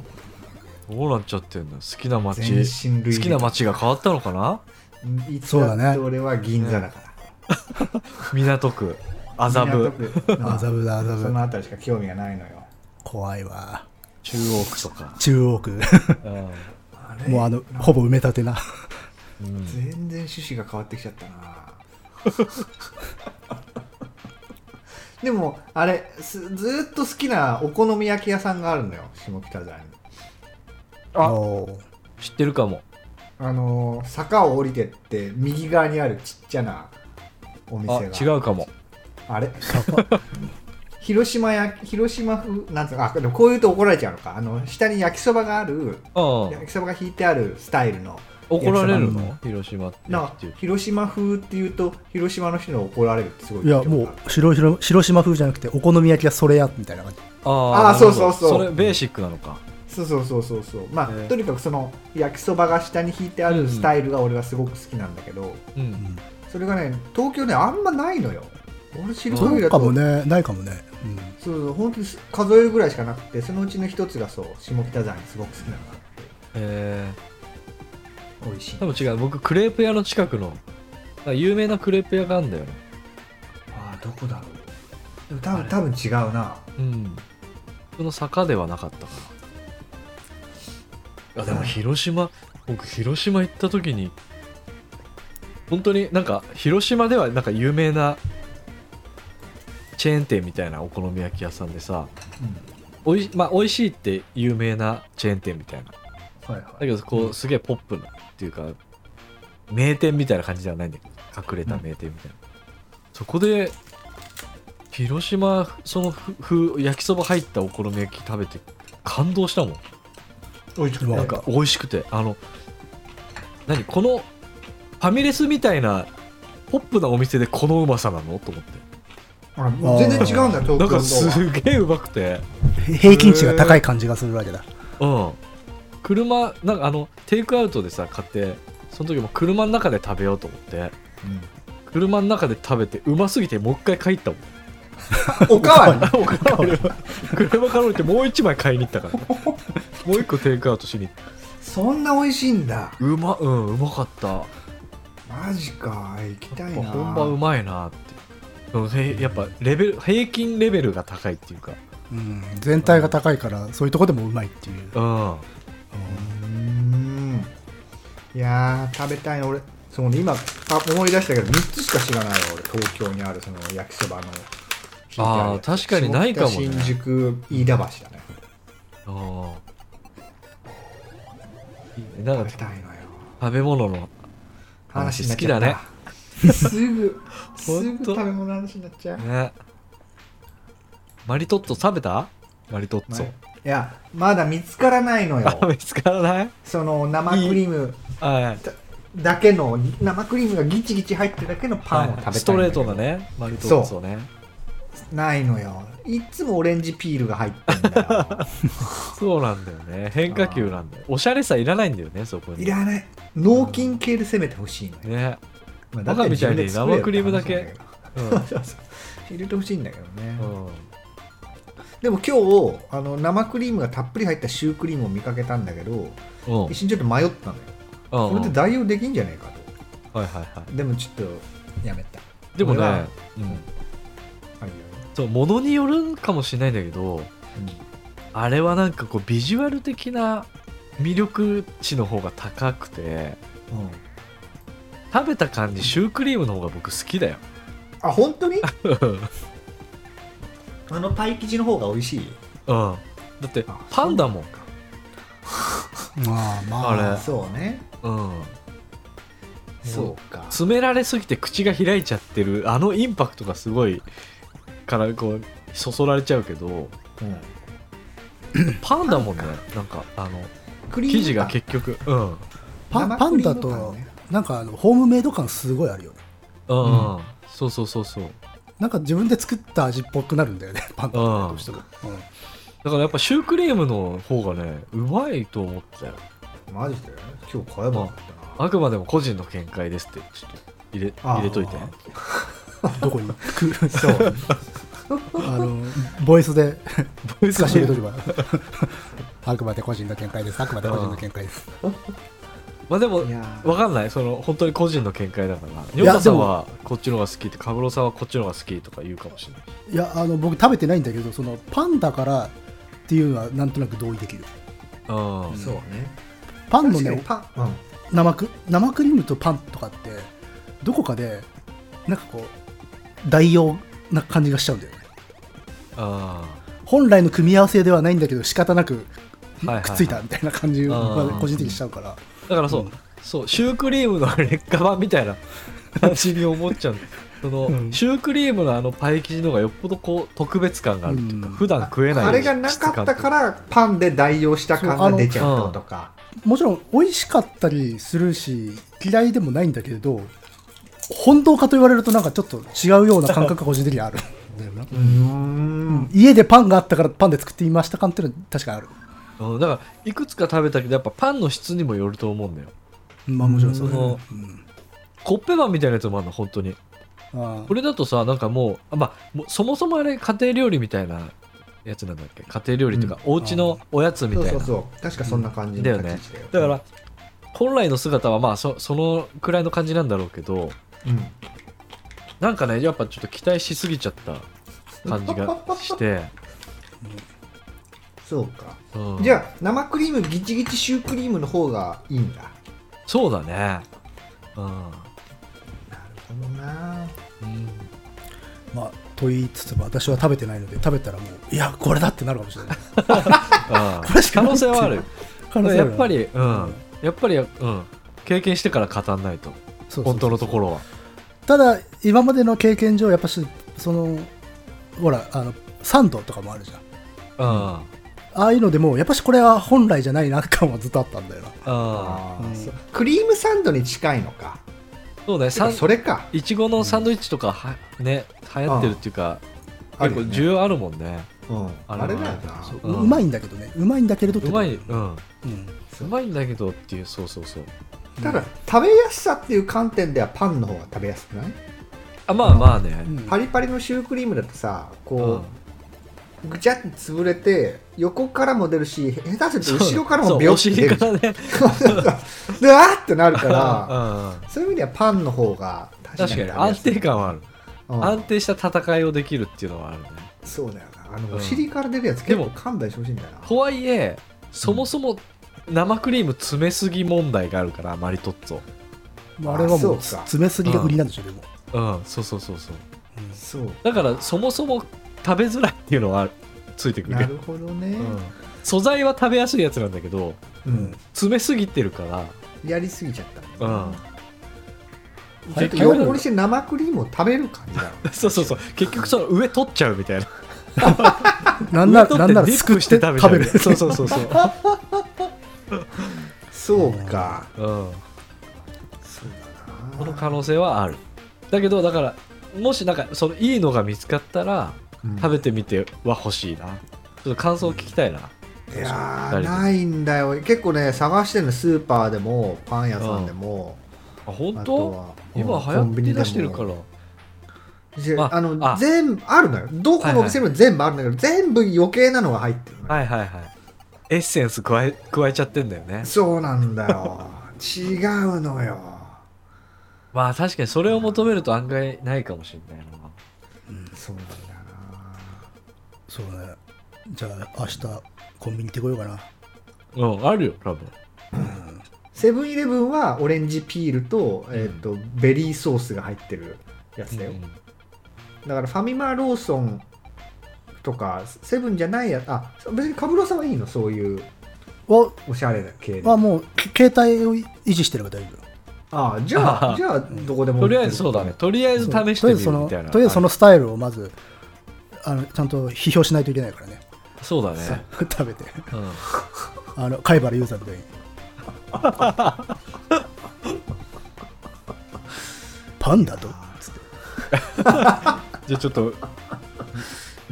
A: どうなっちゃってんの好きな街
C: 全身類
A: 好きな街が変わったのかない
C: つ
B: そうだ
C: だ
B: ね
C: って俺は銀座だから
A: 港区麻布
B: 麻
C: 麻
B: 布だ麻布
C: そのあたりしか興味がないのよ
B: 怖いわ
A: 中央区と
C: [laughs]
A: か、
B: 中
A: [laughs]
B: 央区
A: う
C: あれ
B: もうあのほぼ埋め立てな
A: ん、
C: 全然趣旨が変わってきちゃったなでもあれすずーっと好きなお好み焼き屋さんがあるのよ下北沢に
A: あ
B: おー
A: 知ってるかも
C: あのー坂を降りてって右側にあるちっちゃなお
A: あ
C: 店が
A: 違うかも
C: あれ広島や広島風なんつうかあでもこういうと怒られちゃうのかあの下に焼きそばがある
A: ああ
C: 焼きそばが引いてあるスタイルの
A: 怒られる
B: いや
A: の広島って
C: なんか
A: っていう
C: 広島風っていうと広島の人に怒られるってすごい
B: いやもう白広広島風じゃなくてお好み焼きはそれやみたいな感じ
A: あ
C: あー
A: なるほど
C: そうそうそう
A: それベーシックなのか
C: そうそうそうそうそうまあ、
A: ね
C: とにかくその焼きそばが下に引いてあるスタイルが俺はすごく好きなんだけど、
A: う
B: うんん
C: それがね東京ねあんまないのよ俺知る
B: そ
C: 限り
B: う
C: だ
B: か
C: と
B: もねないかもね、うん、
C: そうそう本当に数えるぐらいしかなくてそのうちの一つがそう下北沢にすごく好きなのがあっ
A: え
C: て美味しい
A: ー、多分違う僕クレープ屋の近くのなんか有名なクレープ屋があるんだよね
C: ああどこだろうで
A: あ
C: も多
A: れ
C: 分多分違うな
A: うんその坂ではなかったからいやでも広島僕広島行った時に本当になんか広島ではなんか有名なチェーン店みたいなお好み焼き屋さんでさおいし,、まあ、美味しいって有名なチェーン店みたいなだ
C: はいは
A: けどこうすげえポップなっていうか名店みたいな感じではないんだけど隠れた名店みたいな、そこで広島そのふ風焼きそば入ったお好み焼き食べて感動したもん
C: 美味しく
B: うわ
A: なんか美味しくてあの何このファミレスみたいなポップなお店でこのうまさなのと思って
C: あもう全然違うんだ東
A: な
C: 京
A: ん
C: と
A: か
C: は
A: すげえうまくて
B: 平均値が高い感じがするわけだ
A: うん車なんかあのテイクアウトでさ買ってその時も車の中で食べようと思って
C: うん
A: 車の中で食べてうますぎてもう一回買いに行っ
C: おかわり
A: たもん
C: [laughs]
A: おかわり車から降りてもう一枚買いに行ったからもう一個テイクアウトしに行った
C: そんな美味しいんだ
A: うまうんうまかった
C: マジか行きたい
A: やっ
C: な
A: ぱ本場うまいなってうんへやっぱレベル平均レベルが高いっていうか
B: うん、全体が高いからそういうとこでもうまいっていう、
A: うん
C: うーんいやー食べたいな俺その今パ思い出したけど3つしか知らないわ俺東京にあるその焼きそばの引いてるやつ
A: あー確かにないかもね
C: 下北新宿飯田橋だね
A: ああいいねなんか
C: 食べたいのよ
A: 食べ物の話
C: 話に
A: 好
C: なっ
A: き
C: ちゃ
A: だ
C: っ
A: ね
C: たす
A: [laughs]
C: ぐす
A: ほ
C: ぐ
A: んと
C: 食べ物の話になっちゃう
A: ねマリトッツォ食べたマリトッツォ
C: まあいやまだ見つからない
A: [laughs]
C: の
A: あ
C: よ
A: 見つからない
C: その生クリーム
A: はい
C: だけの生クリームがギチギチ入ってるだけのパンを食べたいんだけど
A: ストレートのねマリトッツォね
C: ないのよいっつもオレンジピールが入ってんだよ
A: そうなんだよね変化球なんだよおしゃれさいらないんだよねそこに
C: いらない脳筋系で攻めてほしいのよ、
A: ね
C: まあ
A: バカみたいに
C: だって自分で作れよ
A: 生クリームだけ
C: って
A: う
C: 話なんだけどそうそう入れてほしいんだけどね、
A: ん
C: [laughs]
A: うん
C: でも今日あの生クリームがたっぷり入ったシュークリームを見かけたんだけど
A: うん
C: 一瞬ちょっと迷ったのよ
A: うん
C: これで代用できんじゃねえか
A: はいはいは
C: とでもちょっとやめた
A: いでも
C: これは
A: ねうん
C: あいいよ
A: そうものによるんかもしれないんだけどあれはなんかこうビジュアル的な魅力値の方が高くて
C: うんうん
A: 食べた感じシュークリームの方が僕好きだよ [laughs]
C: あ本当に
A: うん
C: あのパイ生地の方が美味しい
A: だってパンだもん
B: まあま
A: あれ
C: そうね
A: うん
C: そうか
A: 詰められすぎて口が開いちゃってるあのインパクトがすごいからこうそそられちゃうけど
C: うん
A: パンだもんねなんかあの
C: クリーム
A: 生地が結局うんうん
B: パン
C: 生
B: パ
C: ク
B: ン
C: リー
B: ダ
C: ム
B: と
C: ね
B: なんかあのホームメイド感すごいあるよね
A: うんそうそうそうそう
B: なんか自分で作った味っぽくなるんだよねパンダ
A: うん
B: どうしても、うん
A: だからやっぱシュークリームの方がねうまいと思ったよ
C: マジで今日買えばよかったな
A: あくまでも個人の見解ですってちょっと入れ
C: あー
A: 入れといて
B: どこにく
C: そう
B: [laughs] あのボイスで
A: ボイ
B: 透かし入れと
A: で
B: けばあくまで個人の見解ですあくまで個人の見解です
A: まあでも
C: いやー
A: わかんないその本当に個人の見解だから
B: いや
A: ヨタさんはこっちの方が好きってカブロさんはこっちの方が好きとか言うかもしれない
B: いやあの僕食べてないんだけどそのパンだからっていうのはなんとなく同意できる
A: あ
C: そうね
B: パンの
C: 確かに
B: ね
C: パン、うん、
B: 生ク生クリームとパンとかってどこかでなんかこう代用な感じがしちゃうんだよね
A: あ
B: 本来の組み合わせではないんだけど仕方なく
A: はいはい
B: くっついたみたいな感じ
A: あ
B: は
A: ー
B: 個人的にしちゃうから
A: ーだからそう、
B: うん
C: [laughs]
A: そうシュークリームの劣化版みたいな感じに思っちゃうその、
B: うん
A: シュークリームのあのパイ生地の方がよっぽどこう特別感があるっていうか、
B: うん
A: 普段食えない
C: あれがなかったからパンで代用した感が出ちゃったとか
B: もちろん美味しかったりするし嫌いでもないんだけれど本当かと言われるとなんかちょっと違うような感 [laughs] 覚が個人的にあるだよな
C: うーん
B: 家でパンがあったからパンで作ってみました感っていうのは確かにある
A: 質感うんだからいくつか食べたけどやっぱパンの質にもよると思うんだよ
B: まあもちろんそうだよね
A: コッペパンみたいなやつもあるの本当に
B: うんあ
A: これだとさなんかもうあまあもうそもそもあれ家庭料理みたいなやつなんだっけ家庭料理とか、お家のおやつみ
C: そう
A: たい
C: そう
A: な
C: そう確かそんな感じ
A: だ
C: の
A: よね
C: 立ち位置
A: だから本来の姿はまあそそのくらいの感じなんだろうけど
C: うん
A: なんかねやっぱちょっと期待しすぎちゃった感じがして、
C: そうか
A: うん
C: じゃあ生クリームギチギチシュークリームの方がいいんだな
A: そうだねうん、
C: るほどな
B: まあと言いつつも私は食べてないので食べたらもういやこれだってなるかもしれない
A: あ
B: これし
A: 可
B: かない
A: 能性はある
B: 可能性あ
A: や
B: る
A: っぱり、うん
B: うん
A: やっぱり、うん、経験してから語んないと
B: そうそうそう
A: 本当のところは
B: ただ今までの経験上やっぱしそのほらあのサンドとかもあるじゃん
A: うん
B: ああいうのでもやっぱしこれは本来じゃないな感はずっとあったんだよな
A: あ
C: あー
B: うん
C: そうクリームサンドに近いのか
A: そうねサン
C: それか
A: いちごのサンドイッチとかはね流行ってるっていうか
C: あ
A: 結
C: るよ
A: 構
C: ね
A: 需要あるもんね
C: うんあれだよな
A: そう
B: う
A: うん
B: まいんだけどねうまいんだけれどって
A: うまい、うん、
B: うん
A: うまいんだけどっていうそうそうそう
C: ただ食べやすさっていう観点ではパンの方が食べやすくない
A: あまあまあね、
B: うん
C: パリパリのシュークリームだとさ
A: うん
C: こうぐちゃって潰れて横からも出るし下手すると後ろからもビョ
A: そうお
C: ッ
A: 尻
C: て出
A: か
C: るし
A: らね
C: [laughs] でわーってなるか
A: [laughs]
C: ら
A: うんうん
C: そういう意味ではパンの方が
A: 確かに安定感はある、安
C: る
A: 定した戦いをできるっていうのはあるね
C: そうだよなあ
A: うん
C: のお尻から出るやつ
A: で
C: 結
A: も
C: 構勘弁してほしいんだよな
A: とはいえそもそも生クリーム詰めすぎ問題があるからマリトッツォ
B: まああれは
C: あそ
B: もう
C: うか
B: 詰めすぎが売りなんでしょでも
A: うんそうそうそうそう
C: そう
A: だからそもそも食べづらいっていうのはあるついてくる
C: なるほどね
A: うん素材は食べやすいやつなんだけど
C: うん
A: 詰めすぎてるから
C: やりすぎちゃった
A: うん
C: ちょっと
A: はい
C: 横にして生クリームを食べる感じだろうね
A: [laughs] [laughs] そうそうそう結局その上取っちゃうみたいな
B: なんな
A: 上取
B: ら
A: っ
B: な
A: て
B: んなら
A: ディッ
B: す
A: プ
B: くって
A: して
B: 食
A: 食べ
B: べ
A: る
B: る
A: そうそうそうそう
C: そうか
A: うん
C: そう
A: こ
C: だ
A: の
C: な
A: 可能性はあるだけどだからもしなんかそのいいのが見つかったら
C: うん
A: 食べてみては欲しいなちょっと感想を聞きたいな、
C: い
A: 二
C: や
A: 人
C: ー
A: で
C: ないんだよ結構ね探してるのスーパーでもパン屋さんでも、
A: あ本
C: あと
A: 当
C: は
A: 今
C: う
A: 流行
C: ん
A: って出してるから
C: コンビニでも
A: まあ
C: あの
A: あ
C: 全部あるのよどこのお店でも全部あるんだけど、全部余計なのが入ってるのよ、
A: はいはいはいエッセンス加え加えちゃってんだよね
C: そうなんだよ違うのよ
A: まあ確かにそれを求めると案外ないかもしれないな
C: そうなんだよ
B: そうねじゃあ明日コンビニ行ってこようかな
A: うんあるよ多分
C: なセブンイレブンはオレンジピールと,、えー、とベリーソースが入ってるやつだよ、だからファミマローソンとかセブンじゃないやあ別にカブロさんはいいのそういう
B: お
C: おしゃれな系で
B: あもうけ携帯を維持してれば大丈夫
C: ああじゃ
A: あ
C: あ
A: ー
C: じゃあどこでも
A: とりあえずそうだねとりあえず試してみるみたいな
B: そうとりあえずそのとりあえずそのスタイルをまずあのちゃんと批評しないといけないからね
A: あそうだね、
B: 食べて
A: うん
B: あの貝原雄三みたいにパンダとつって
A: じゃあちょっと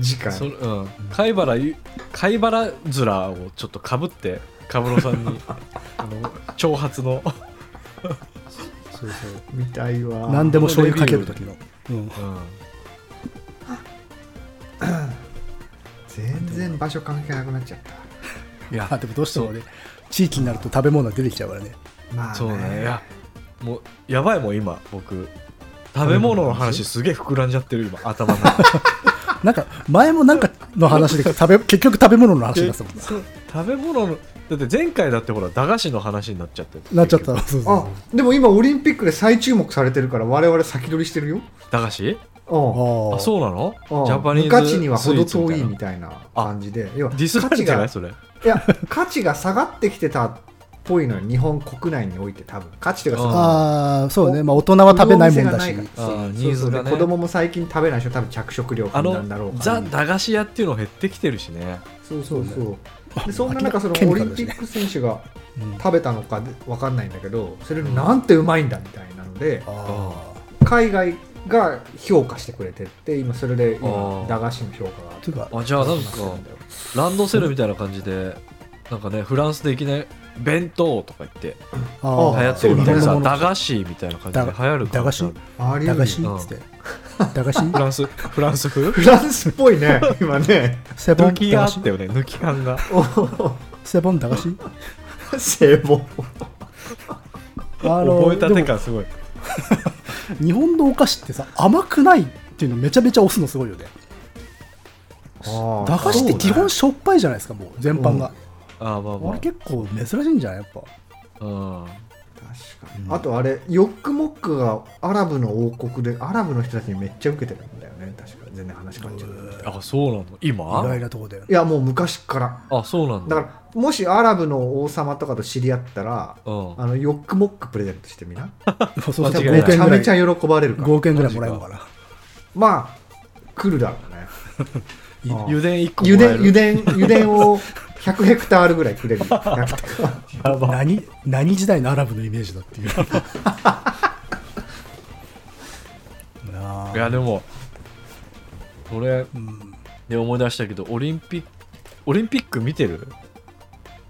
C: 次回
A: それうん、貝原ゆ貝原面をちょっとかぶってカブロさん [laughs] にあの挑発の、
B: そうそう
C: 見たいわ
B: 何でも醤油かける時の、うん、
A: うん、
C: 全然場所関係なくなっちゃった
A: いや
B: あでもどうしてもね地域になると食べ物が出てきちゃうからね
C: まあ、ね、
A: そうねいやもうやばいもん今僕食べ物の話すげえ膨らんじゃってる今頭の中
B: なんか前もなんかの話で食
A: [laughs]
B: べ結局食べ物の話になってたもん
A: そう食べ物のだって前回だってほら駄菓子の話になっちゃって
B: なっちゃったそうそう
C: あでも今オリンピックで再注目されてるから我々先取りしてるよ
A: 駄菓子
C: うん
A: あそうなの
C: うん
A: ジャパニーズ
C: 無価値には程遠いみ
A: な
C: たいな感じで要は
A: ディス
C: 価
A: られ
C: 値
A: てな
C: が
A: いそれ
C: いや価値が下がってきてたぽいのよ日本国内において多分価値というかそ
A: うん
C: の
B: ああそうね、まあ、大人は食べないもんだし
C: うどん店がないから
A: あー
C: そ
A: ニ
C: う
A: ー
C: そう
A: ズ
C: で
A: がね
C: 子供も最近食べないでしょ多分着色料
A: あ
C: 品な
A: の
C: んだろうから
A: ザ駄菓子屋っていうの減ってきてるしね
C: そうそうそ
B: そう
C: でそんな中その
B: 明らか
C: オリ
B: に
C: ン
B: ケ
C: ピ
B: ミカルだしね
C: ック選手が
B: うんあ
C: 食べたのか分かんないんだけどそれなんてうまいんだみたいなので
B: あ
C: 海外が評価してくれてって今それで今
A: あー
C: 駄菓子の評価が
B: ていうか
A: あじゃあなんか
C: そうなんだよ
A: ランドセルみたいな感じでなんかねフランスでいきなり弁当とか言って
B: あ
A: 流
B: あ
A: 行ってるみたいな
B: 日
A: さ
B: 本の
A: 駄菓子みたいな感じで流行るか
B: 駄
A: も
B: 菓
A: し
B: 子
A: れない
C: ありえ
B: 駄
C: るよ
B: 菓子っつって駄菓子
A: [laughs] フランスフランス風
C: フランスっぽ
A: [laughs]
C: いね今ね
B: セボ
A: 抜
B: ン
A: き
B: 駄
A: があ
B: 菓
A: っ
B: 子
A: たよね [laughs] 抜き感が
C: おー
B: セボン駄菓子
A: [laughs]
C: 聖母
B: あ
A: 覚えたて
B: でも
A: 感すごい
B: 日本のお菓子ってさ甘くないっていうのめちゃめちゃ押すのすごいよね駄菓子って基本しょっぱいじゃないですかもう全般が、
A: あーまあま
B: あれ結構珍しいんじゃないやっぱ
A: あうん
C: 確かにあとあれヨックモックがアラブの王国でアラブの人たちにめっちゃ受けてるんだよね確か全然話変わっちゃうけど
A: あそうなの
B: 意外
A: 今
B: なとこだよね
C: いやもう昔から
A: あそうなん
C: だ
A: だ
C: からもしアラブの王様とかと知り合ったら
A: うん
C: あのヨックモックプレゼントしてみな
B: そうそう
A: 間違いない
B: 5
C: めち
B: 件
C: ゃ
B: ぐら
C: め
B: い
C: ちゃ喜ばれるから
B: 5件ぐらいもらえるのかな
C: まあ来るだろうね
A: い
C: あー
A: 油田1個
C: 油
A: もらえ
C: 田
A: る
C: 油田油田を100ヘク [laughs] タールぐらい
A: [laughs]
C: くれるなんか
B: 何何時代のアラブのイメージだって
C: [laughs]
B: いうなあ
A: いやでもそれ
B: うん
A: で思い出したけどオリンピックオリンピック見てる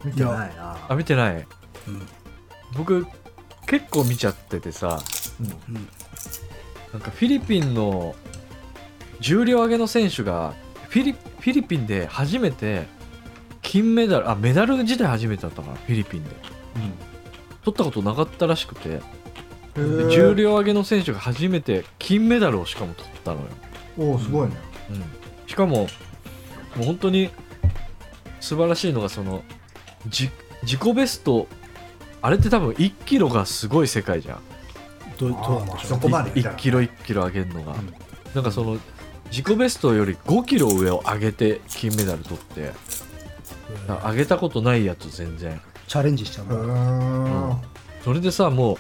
C: 見てないな
A: あ見てない
B: うん
A: 僕結構見ちゃっててさ
C: うん
B: うん
A: なんかフィリピンの重量挙げの選手がフィリフィリピンで初めて金メダルあメダル自体初めてだったかなフィリピンで取ったことなかったらしくてで
C: へー
A: 重量挙げの選手が初めて金メダルをしかも取ったのよ、
C: おおすごいね
A: しかももう本当に素晴らしいのがそのじ自己ベストあれって多分1キロがすごい世界じゃん
B: どうどうなん
C: あ
B: で
C: ー
B: しょ
C: そうこまでね
A: 1キロ1キロ上げるのが、
B: うん
A: なんかその自己ベストより5キロ上を上げて金メダル取って
B: うん
A: だから上げたことないやつ全然
B: チャレンジしちゃうん
C: う
B: だ
C: ん
A: うんそれでさもう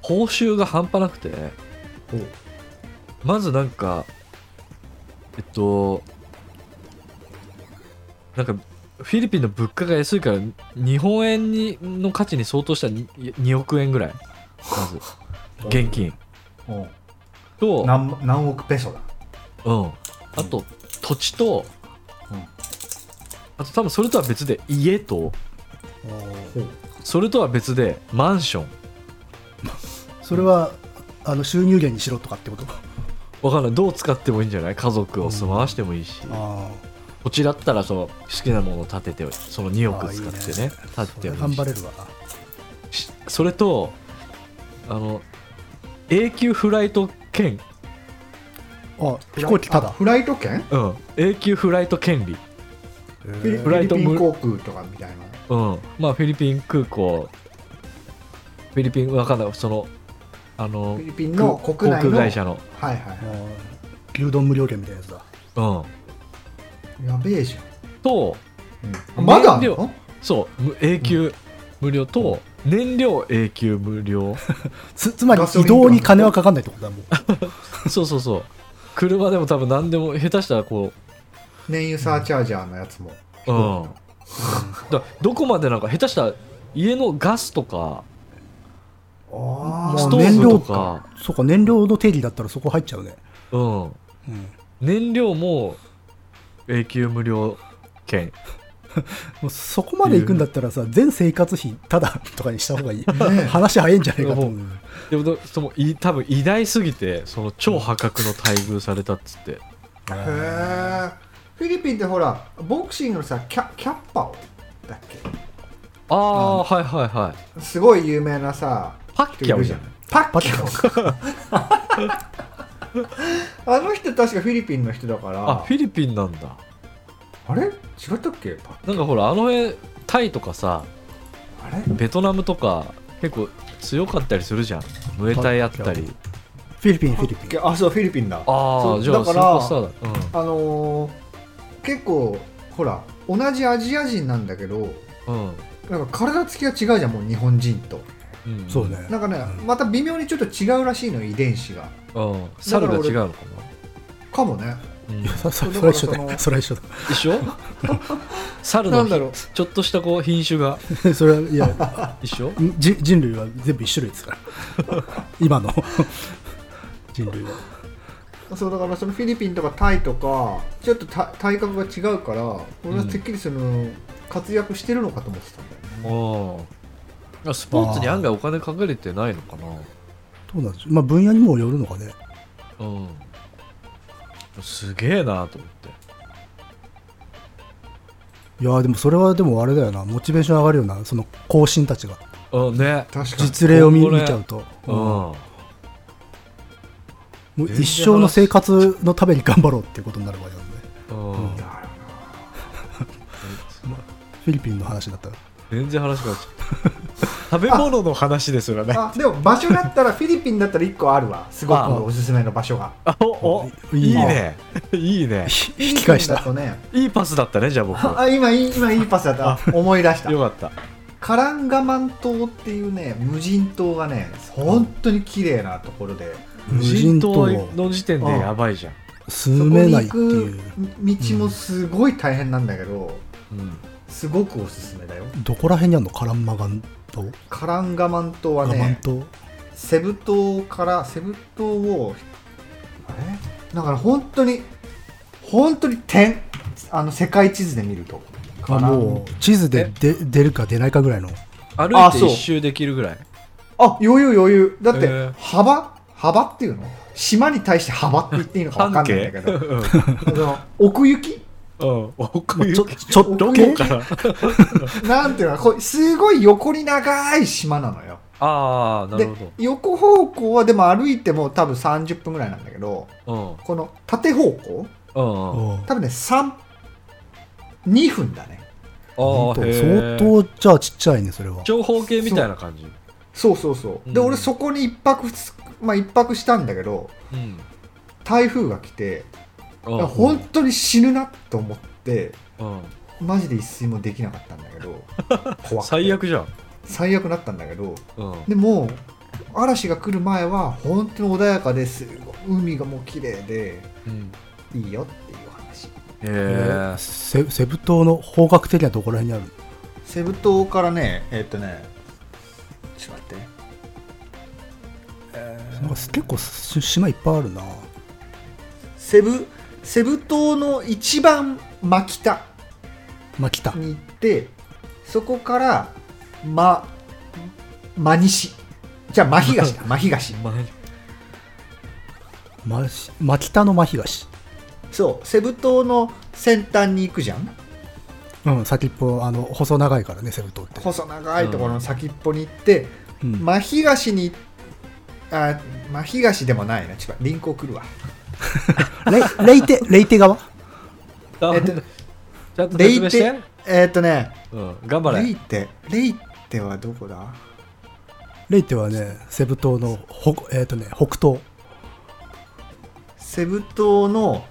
A: 報酬が半端なくてまずなんかえっとなんかフィリピンの物価が安いから日本円にの価値に相当したに2億円ぐらいまず
C: [laughs]
A: 現金
C: お
A: と
C: お何何億ペソだ
A: うん、あと土地と、
C: うん
A: あと多分それとは別で家とそれとは別でマンション
B: それはあの収入源にしろとかってことか
A: わかんないどう使ってもいいんじゃない家族を住まわしてもいいし、
B: あ
A: 土地だったらその好きなものを建ててその2億使ってね建
B: あ
A: ててもい
B: 頑
A: いし
B: 張れるわ
A: しそれとあの永久フライト券、
B: あ飛行機た
C: あ
B: だ
C: フライト券
A: うん、永久フライト権利、
C: フィリ
A: フライト
C: フィリピン
A: 無
C: 航空とかみたいな
A: うんまあ、フィリピン空港フィリピンわかんないそのあの
C: フィリピンの国内
A: 航
C: の
A: 空会社の
C: はい
B: あ
C: は
B: ー牛丼無料券みたいなやつだ
A: うん
C: いやべえじ
A: と
C: ゃんまだあん
A: 燃
C: の
A: そうむ永久無料と、燃料永久無料
B: つつまり
C: ガソリ
B: 移
C: ンとか
B: 動に金はかかんないってことだ
C: [laughs]
B: もう
A: そうそうそう [laughs] 車でも多分何でも下手したらこ
C: 燃油サーチャージャーのやつも
A: う、うん、だどこまでなんか下手したら家のガスとか
C: あ
A: ス
B: も
A: ト
B: う
A: ー
B: 燃
A: ブ
B: 料
A: とか、
B: そうか燃料の定義だったらそこ入っちゃうね、
A: うん、
B: うん、
A: 燃料も永久無料券
B: もうそこまで行くんだったらさ全生活費ただとかにした方 [laughs] がいい話早いんじゃないかと思う
A: でもどそのい多分偉大すぎてその超破格の待遇されたっつって、
C: へえフィリピンってほらボクシングのさキャキャッパオだっ
A: ああはいはいはい
C: けすごい有名なさ
A: パッキャオじゃん
C: 人いるパッキャオあの人確かフィリピンの人だから
A: あフィリピンなんだ
C: あれ違ったっけパ
A: なんかほらあの辺タイとかさ
C: あれ
A: ベトナムとか結構強かったりするじゃんムエタイあったり
B: フィリピンフィリピン
C: いやあそうフィリピンだ
A: あ
C: そ
A: あ
C: う
A: じゃあ
C: だか
A: スー
C: ら
A: パースターだ、
C: あのー結構ほら同じアジア人なんだけど
A: うんうん、
C: なんか体つきが違うじゃんもう日本人と
A: うん
B: そうね。
C: なんかね、
B: う
C: また微妙にちょっと違うらしいの遺伝子が
A: うん猿が違うのか
C: かもね
A: な、うん
B: いや、そそ
C: だ
B: そ
C: か
B: れは
C: ら
B: 一緒だよ。
C: その
B: それは一緒だ
A: 一 [laughs] 緒猿
C: な
A: の
C: んだろう
A: ちょっとしたこう品種が
B: それは、いや、 [laughs]
A: 一緒
B: じ人類は全部一種類ですから。今の人類は。
C: そうだからそのフィリピンとかタイとかちょっとた体格が違うから俺はてっきりその、活躍してるのかと思ってたんだよね
A: ああスポーツに案外お金かけれてないのかな
B: どうなんでしょう。まあ、分野にもよるのかね。
A: うんすげえなと思って
B: いやーでもそれはでもあれだよなモチベーション上がるようなその後進たちが
A: うんね
C: 確かに
B: 実例を見
A: これ
B: 見ちゃうと、
A: う
B: も
A: ん、
B: う一生の生活のために頑張ろうっていうことになるわけなんで
A: うん
B: うん
C: だから
B: フィリピンの話だった [laughs] ら
A: 全然話が [laughs] 食べ物の話ですよね
C: なあでも場所だったらフィリピンだったら1個あるわすごくおすすめの場所が
A: あおお
B: い
A: い
B: い
A: いねいいね
B: ひ
C: フィリ
B: 引き
C: ピンだ
B: 返した
C: とね
A: いいパスだったねじゃあ [laughs] 僕
C: あ今いい今いいパスだった思い出した
A: よかった
C: カランガマン島っていうね無人島がね本当に綺麗なところで
B: 無人島
A: の時点でやばいじゃん、
B: 住めないっ
C: そ
B: て
C: こに
B: いう
C: 行く道もすごい大変なんだけど、
A: うん
C: すごくおすすめだよ
B: どこら辺にあるのカランマガン島
C: カランガマン島は
B: ガマン
C: ね
B: 島
C: セブ島からセブ島をあれだから本当に本当に点あの世界地図で見ると
B: あもう地図でで出るか出ないかぐらいの
A: 歩いて
C: そう
A: 一周できるぐらい
C: あ余裕余裕だって、
A: へー
C: 幅幅っていうの島に対して幅って言っていいのか分かんないんだけ
A: [laughs]
C: どあの奥行き
A: うん奥
B: ちょ
A: 行き
B: ちょっ
A: ど
B: と
C: 奥
A: こ
C: 行
B: け
C: き
A: から
C: なんていうのこうすごい横に長い島なのよ
A: ああな
C: で
A: るほ
C: 横方向はでも歩いても多分30分ぐらいなんだけど
A: ど
C: この縦方向
A: うんうんあ
B: うん
C: 多分ね32分だね
A: あ
B: 本当相
A: 当
B: 当じゃあちっちゃいねそれは
A: 長方形みたいな感じ
C: そうそうそうで、
A: うん
C: 俺そこに一泊二日まあ一泊したんだけど
A: うん
C: 台風が来て
A: うん
C: 本当に死ぬなと思って
A: うん
C: マジで一睡もできなかったんだけ [laughs] ど怖くて
A: 最悪じゃん
C: 最悪だったんだけど
A: うん
C: でも嵐が来る前は本当に穏やかですごい海がもう綺麗で
A: うん
C: いいよっていう話
A: へ
B: え
A: え
B: ーセセブ島の方角的にはどこら辺にあるの
C: セブ島からねえっとねちょっと待って
B: なんか結構し島いっぱいあるな
C: セブセブ島の一番真北
B: まあ来た
C: に行ってそこから真真西じゃあ真
B: [laughs]
C: 東だ真東
B: まし真北の真東
C: そうセブ島の先端に行くじゃん
B: うん先っぽあの細長いからねセブ島って、
C: 細長いところの先っぽに行って、
B: うん
C: 真東にあ真東でもないなちょっと輪行来るわ
B: レイレイテレイテ川
A: あ
C: えっと
A: ちゃんと
C: レ
A: 説
C: イ
A: 明して
C: テえーっとね
A: うん頑張
C: レ
A: れ
C: イテレイテはどこだ
B: レイテはねセブ島のほえっ、とね北東
C: セブ島の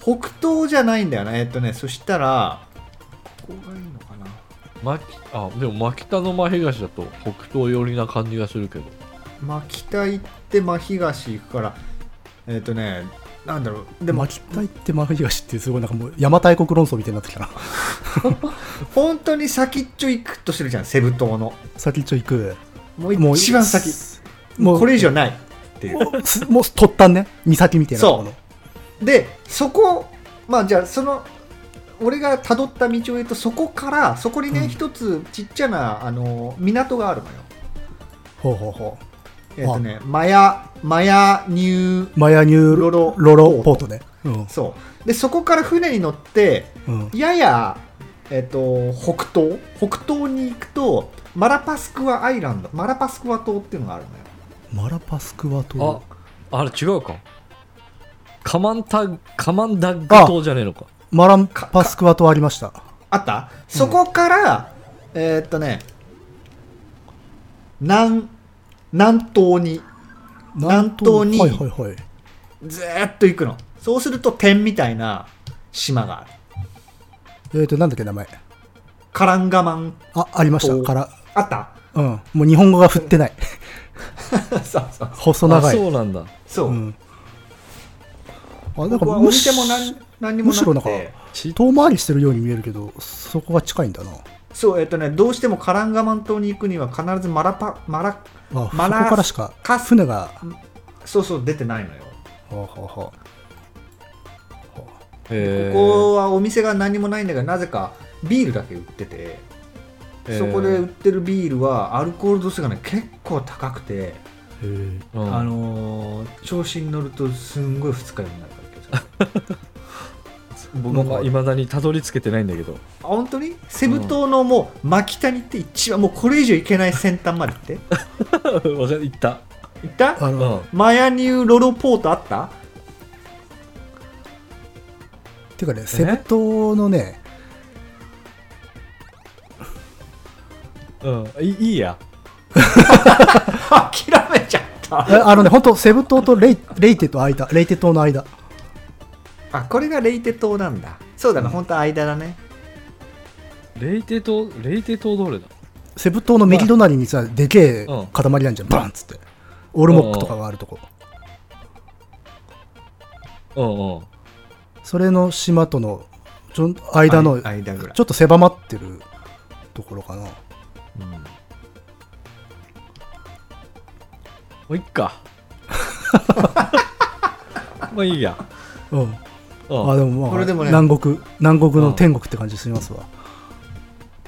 C: 北東じゃないんだよねえっとねそしたらここがいいのかな
A: まきあでも真北の真東だと北東寄りな感じがするけど
C: 真北行って真東行くからえっとねなんだろうで
B: で
C: も
B: 真北行って真東ってすごいなんかもう邪馬台国論争みたいになってきた
C: [laughs]
B: な
C: 本当に先っちょ行くとするじゃんセブ島の
B: 先っちょ行く
C: もう一番先
B: もう
C: これ以上ないっていう
B: もうすもう突端ね岬みたいなところ
C: でそこまあじゃあその俺が辿った道を言うとそこからそこに
B: う
C: ね
B: ん
C: 一、つちっちゃなあの港があるのよ
B: ほうほうほ
C: えっ、とねマヤマヤニュー
B: うマヤニュー
C: ロロ
B: ロロポートねうん
C: そうでそこから船に乗って
B: うん
C: やや、えっと北東北東に行くとマラパスクワアイランドマラパスクワ島っていうのがあるのよ
B: マラパスクワ
A: あ
B: 島
A: あれ違うかカマンタカマンダッグ島じゃねえのか
B: マラパスクワ島ありました
C: あったそこから、えっとね南南東に南東に
B: はいはいはい
C: ずーっと行くのそうすると点みたいな島がある
B: えっ、となんだっけ名前
C: カランガマン
B: あ、ありました。
C: お
B: から。
C: あった
B: [laughs] うん。もう日本語が振ってない。
C: そうそう
B: 細長
A: あ
B: い。
A: そうなんだ
C: そう、
B: うん。あ、だ
C: 僕
B: か
C: は
B: ら
C: お
B: むし
C: 店も何何にも
B: むしろな
C: な
B: ん
C: く
B: か
C: て
A: ち
B: 遠回りしてるように見えるけど、そこが近いんだな。
C: そうえっとねどうしてもカランガマン島に行くには必ずマラパマラ
B: あ、
C: マラ
B: そこからしか
C: カス
B: 船が。
C: そうそう出てないのよ
B: ほうほうほうほ
A: え
C: こ
A: ー
C: こはお店が何もないんだけどなぜかビールだけ売ってて、
A: えー
C: そこで売ってるビールはアルコール度数がね結構高くて、
B: うへえ
A: うん
C: あのー調子に乗るとすんごい二日酔いになるから気をつけて僕
A: なん
C: も
A: か
C: あ
A: いまだにたどり着けてないんだけど
C: 本当にセブ島のもう巻谷って一番もうこれ以上行けない先端まで行って
B: [laughs]
A: わかん行った
C: 行った
B: あ
A: う
B: の、
A: ん
C: マヤニューロロポートあった
B: ていうかね、セブ島のね、
A: うんいいいや
C: 諦めちゃった
B: えあのね、本当セブ島とレイレイテと間、レイテ島の間。
C: あこれがレイテ島なんだそうだな、
B: うん
C: 本当は間だね
A: レイテ島レイテ島どれだ
B: セブ島の右隣にさ、でけえ
A: うん
B: 塊なんじゃん、バンっつって。オールモックとかがあるとこ。
A: うんうん
B: それの島との、ちょん間の、
C: あい間ぐらい
B: ちょっと狭まってるところかな。
A: うんもういっかまあいいや
B: うん。
A: うん
B: あ、でも
C: こ
B: まあ、
C: れでもね
B: 南国、南国の天国って感じしますわ。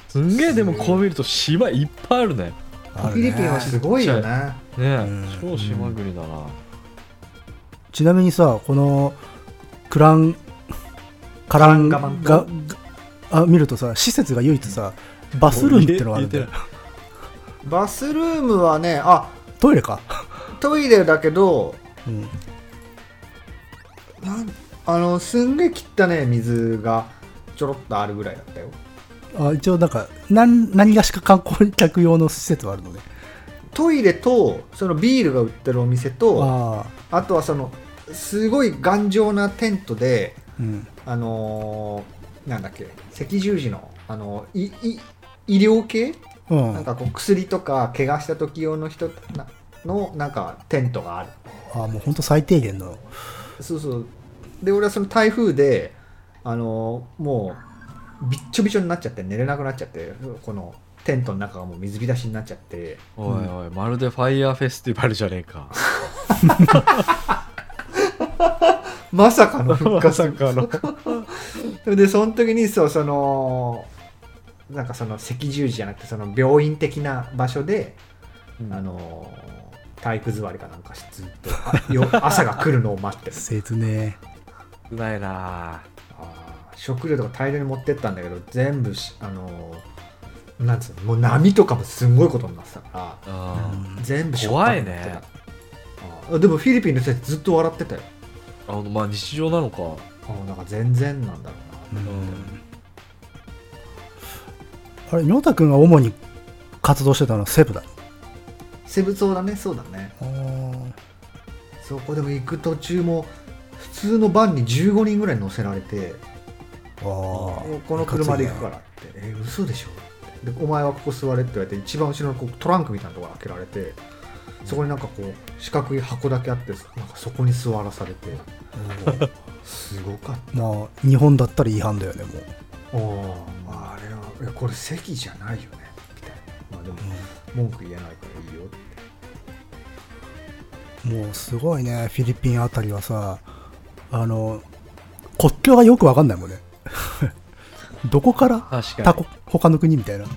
A: すんげえでもこう見ると島いっぱいあるね
B: あ
C: フ
B: る
C: ィ
B: ね
C: リピンはすごいよね
A: ねえ、
B: うん
A: 超島国だな、
B: ちなみにさ、この、クラン、カラン
C: カ
B: が
C: ランガマ
B: があ見るとさ、施設が唯一さ、バスルームっていうのがあるんだよ
A: 入。
C: バスルームはねあ
B: トイレか。
C: トイレだけど
B: うん。
C: なんあのすんげえ汚ね水がちょろっとあるぐらいだったよ
B: あ一応なんか何何がしか観光客用の施設はあるのね
C: トイレとそのビールが売ってるお店とあ
B: ああ
C: とはそのすごい頑丈なテントで
B: うん
C: あのーなんだっけ赤十字の、あのーいい医療系、
B: うん
C: なんかこう薬とか怪我した時用の人なのなんかテントがある
B: ああもうほんと最低限の
C: そうそうで俺はその台風であのーもうびっちょびちょになっちゃって寝れなくなっちゃってこのテントの中がもう水浸しになっちゃって
A: おいおい、まるでファイヤーフェスティバルじゃねえか。
C: まさかの復活
A: [laughs] まさかの
C: [laughs] でその時にそうそのなんかその赤十字じゃなくてその病院的な場所で、あのー体育座りかなんかしずっとあよ朝が来るのを待ってる
B: 切ね
A: 少ないな
C: あー食料とか大量に持ってったんだけど全部しあのーなんつうのもう波とかもすごいことになってたか
A: ぁ。
B: う
A: あ
B: ん
C: ら全部しょっ
A: 怖い
C: ぱになって
A: ね。
C: たあでもフィリピンの人たちずっと笑ってたよ
A: あの、まあ日常なのか。
C: あーなんか全然なんだろうな
B: うんあれ妙太君が主に活動してたのはセブだ
C: セブ島だねそうだね
B: ああ
C: そこでも行く途中も普通のバンに15人ぐらい乗せられてもうこの車で行くからって「え嘘でしょ」ってで「お前はここ座れ」って言われて一番後ろのこうトランクみたいなところ開けられてそこになんかこう四角い箱だけあってなんかそこに座らされてすごかっ
B: まあ日本だったら違反だよねもう、
C: たああれはいやこれ席じゃないよねみたいなまあでも文句言えないからいいよって
B: もうすごいねフィリピンあたりはさあの国境がよくわかんないもんね [laughs] どこから
A: 確か
B: 他国他の国みたいな
A: に。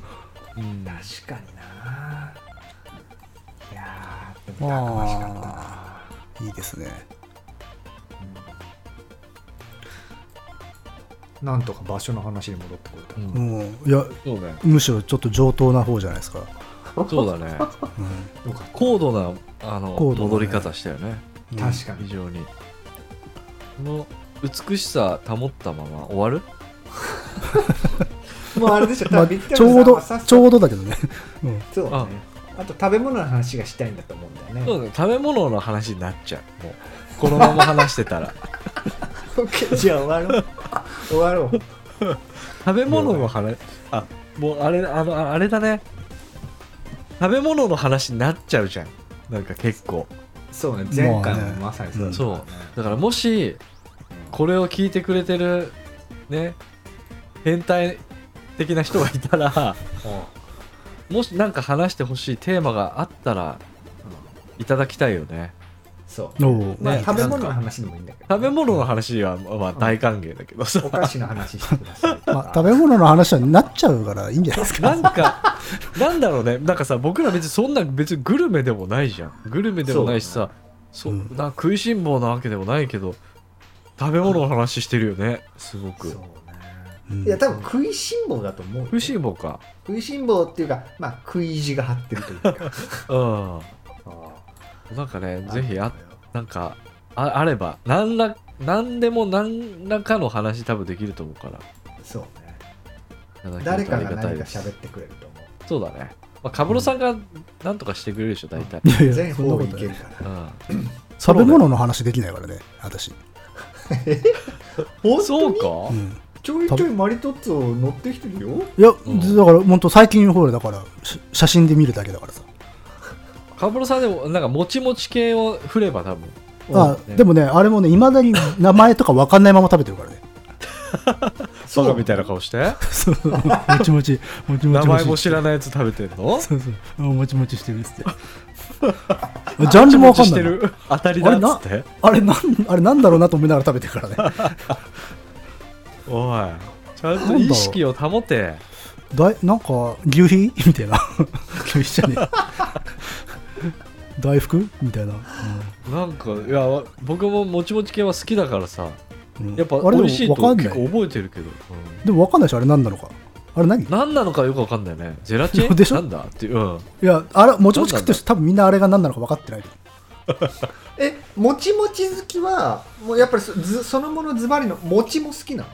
A: うん
C: 確かにないやーでもたくましかったな
B: ああいいですね
C: なんとか場所の話に戻ってこれた
A: う
B: うんんいや
A: そうね。
B: むしろちょっと上等な方じゃないですか、
A: そうだね。
B: うん
C: よかった
A: 高度な、あの、
B: 高度なね
A: 戻り方したよね。
C: 確か
A: 非
C: に
A: 常に。この美しさ保ったまま終わる
C: もうあれでしょ
B: ま
C: 多
B: あ、
C: 分ビクタ
B: ち
C: ルさん
B: ょうど
C: はさっさと
B: ちょうどだけどね、うん
C: そうねあと食べ物の話がしたいんだと思うんだよね
A: そうだね食べ物の話になっちゃう。もうこのまま話して
B: [laughs]
A: たら。
C: OK じゃあ終わろう終わろう
A: 食べ物の話、あ、もうあれあのあれだね食べ物の話になっちゃうじゃんなんか結構
C: そうね
B: もうね
C: 前回もまさにそうだった
A: そうだからもしこれを聞いてくれてるね変態的な人がいたらもしなんか話してほしいテーマがあったらいただきたいよね
C: そう
B: おー
C: まあ
A: ね
C: 食べ物の話でもいいんだけど
A: 食べ物の話はまあまあ大歓迎だけどさ
C: お菓子の話してください
B: まあ、 [laughs] 食べ物の話になっちゃうからいいんじゃないです
A: な
B: か。
A: んか、 [laughs] なんだろうね、なんかさ、僕ら別にそんな、別にグルメでもないじゃん。グルメでもないしさ、そ
B: うんん
A: な食いしん坊なわけでもないけど、食べ物の話してるよね、すごく。
C: そう
A: 食
B: うん
C: ねいや多分食いしん坊だと思うよ
A: いしん坊か。
C: 食いしん坊っていうかまあ食い意地が張ってるというか
A: う
C: [laughs] あ
A: ん。なんかね、
C: ー
A: ぜひ、あ、なんか、ああれば、なんら、なんでも何らかの話多分できると思うから。
C: そうね
A: いただけ
C: 誰
A: ると
C: か
A: あり
C: が
A: がた
C: 何
A: い
C: か
A: です
C: 喋ってくれると思う
A: そうだね。まあ、カブロさんがなんとかしてくれるでしょ、大体。
B: いやい
C: 全
B: や、そんな
C: 方
B: こ
C: 位い
B: と
C: け
B: な
C: る
B: い。
C: か
A: う
C: ら
A: ん。
B: 食べ物の話できないからね、私。
C: 本
A: そう
C: 当に
B: う
A: か
B: ん、
C: ちょいちょいマリトッツォ乗ってきてるよ
B: いや、
A: ん
B: だから本当最近ほらだからし写真で見るだけだからさ。
A: カブロさんでも、なんか、もちもち系を振れば多分。
B: あ
A: ね
B: でもね、あれもね、いまだに名前とか分かんないまま食べてるから
A: [laughs]
B: ね。
A: バカみたいな顔 [laughs] して
B: そうそうもちもち、もちも
A: 名
B: ち。
A: 前も知らないやつ食べてんの
B: そうそう、もちもちしてる
A: [laughs]
B: っつって。ジャンル
A: も
B: も分かんない
A: ちもちして
B: な。
A: る当たりだっつって
B: あれなん、あれなんだろうなと思いながら食べてる
A: [laughs]
B: からね。
A: おいちゃんと意識を保て
B: だいなんか牛皮みたいな牛皮じゃ
A: [laughs]
B: ねえ大福みたいな、
A: なんかいや僕ももちもち系は好きだからさ
B: うんうん
A: やっぱ
B: あれ
A: 美味しいと
B: でもわかん
A: 結
B: な
A: 構
B: い
A: 覚えてるけど、
B: でも分かんないでしょあれ何なのかあれ何い
A: うん何なのかよくわかんないねゼラチン
B: でしょ
A: なんだっていう、うん、
B: やあれもちもち食ってる人多分みんなあれが何なのか分かってない
C: えもちもち好きはもうやっぱりそずそのものズバリのもちも好きなの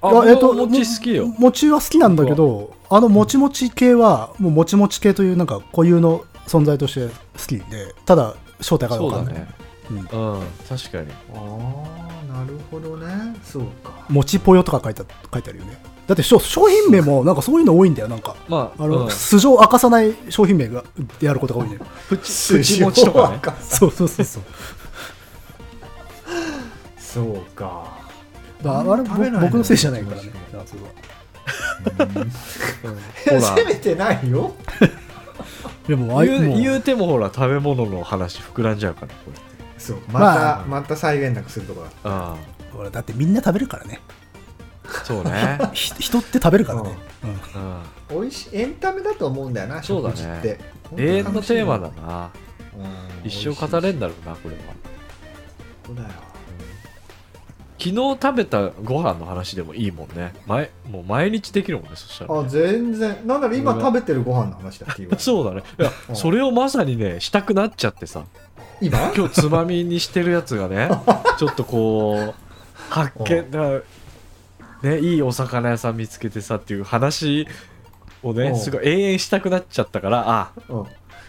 A: あ
B: いや
A: 僕もち好きよ
B: も餅は好きなんだけどあのもちもち系はもうもちもち系というなんか固有の存在として好きでただ正体が
A: そ
B: 分
A: うだ
B: かんない、
A: ね
B: う
A: うんん、確かに
C: ああなるほどねそうか
B: もちぽよとか書いて書いてあるよねだって商商品名もなんかそういうの多いんだよなんか
A: まあ
B: あの、
A: うん
B: 素性を明かさない商品名がやることが多いね
A: プチプチもちとかね
B: [laughs] そうそうそうそう
C: そうか
B: だからあれぼ
C: 食べないの
B: 僕のせいじゃないからね
C: もちもち
B: だからそれは
A: ほら
C: [laughs] 攻めてないよ
B: でもああいう
A: 言う
B: もう
A: 言うてもほら食べ物の話膨らんじゃうからこれ
C: そうまた、
B: まあ
C: また再現なくするとこだ
A: あ
B: ほらだってみんな食べるからね
A: あそうね、
B: ひ人って食べるからね、うん [laughs]
A: うん、
C: 美味しいエンタメだと思うんだよな
A: そうだね
C: 食事って
A: 永遠のテーマだな
C: うん
A: 一生語れん
C: 美
A: だろうなこれは
C: 味しいそうだよ
A: 昨日食べたご飯の話でもいいもんね毎もう毎日できるもんねそしたら
C: あ
A: ね
C: 全然なんなら今食べてるご飯の話だっていうわ
A: [laughs] そうだねいや
C: うん
A: それをまさにねしたくなっちゃってさ
C: 今
A: 今日つまみにしてるやつが [laughs] ねちょっとこう発見だねいいお魚屋さん見つけてさっていう話を
C: う
A: ね
C: ん
A: すごい永遠したくなっちゃったからあも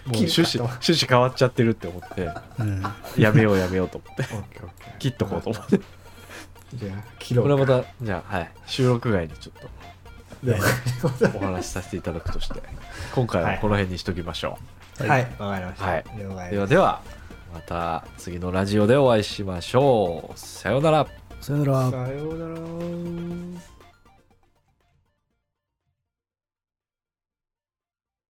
C: うん
A: う
C: 切る
A: 趣旨
C: かと
A: 趣旨変わっちゃってるって思って
B: うん
A: やめようやめようと思って
C: オッケーオッケー
A: 切っとこうと思って
C: じゃあ切ろ
A: [laughs]
C: う
A: これまたじゃあ、はい、収録外にちょっと
C: では
A: お話しさせていただくとして今回はこの辺にしときましょ
C: はいわかりました
A: はい
C: 了
A: う、で
C: 解で
A: は
C: す
A: ではまた次のラジオでお会いしましょうさようなら
B: さよなら
C: さようなら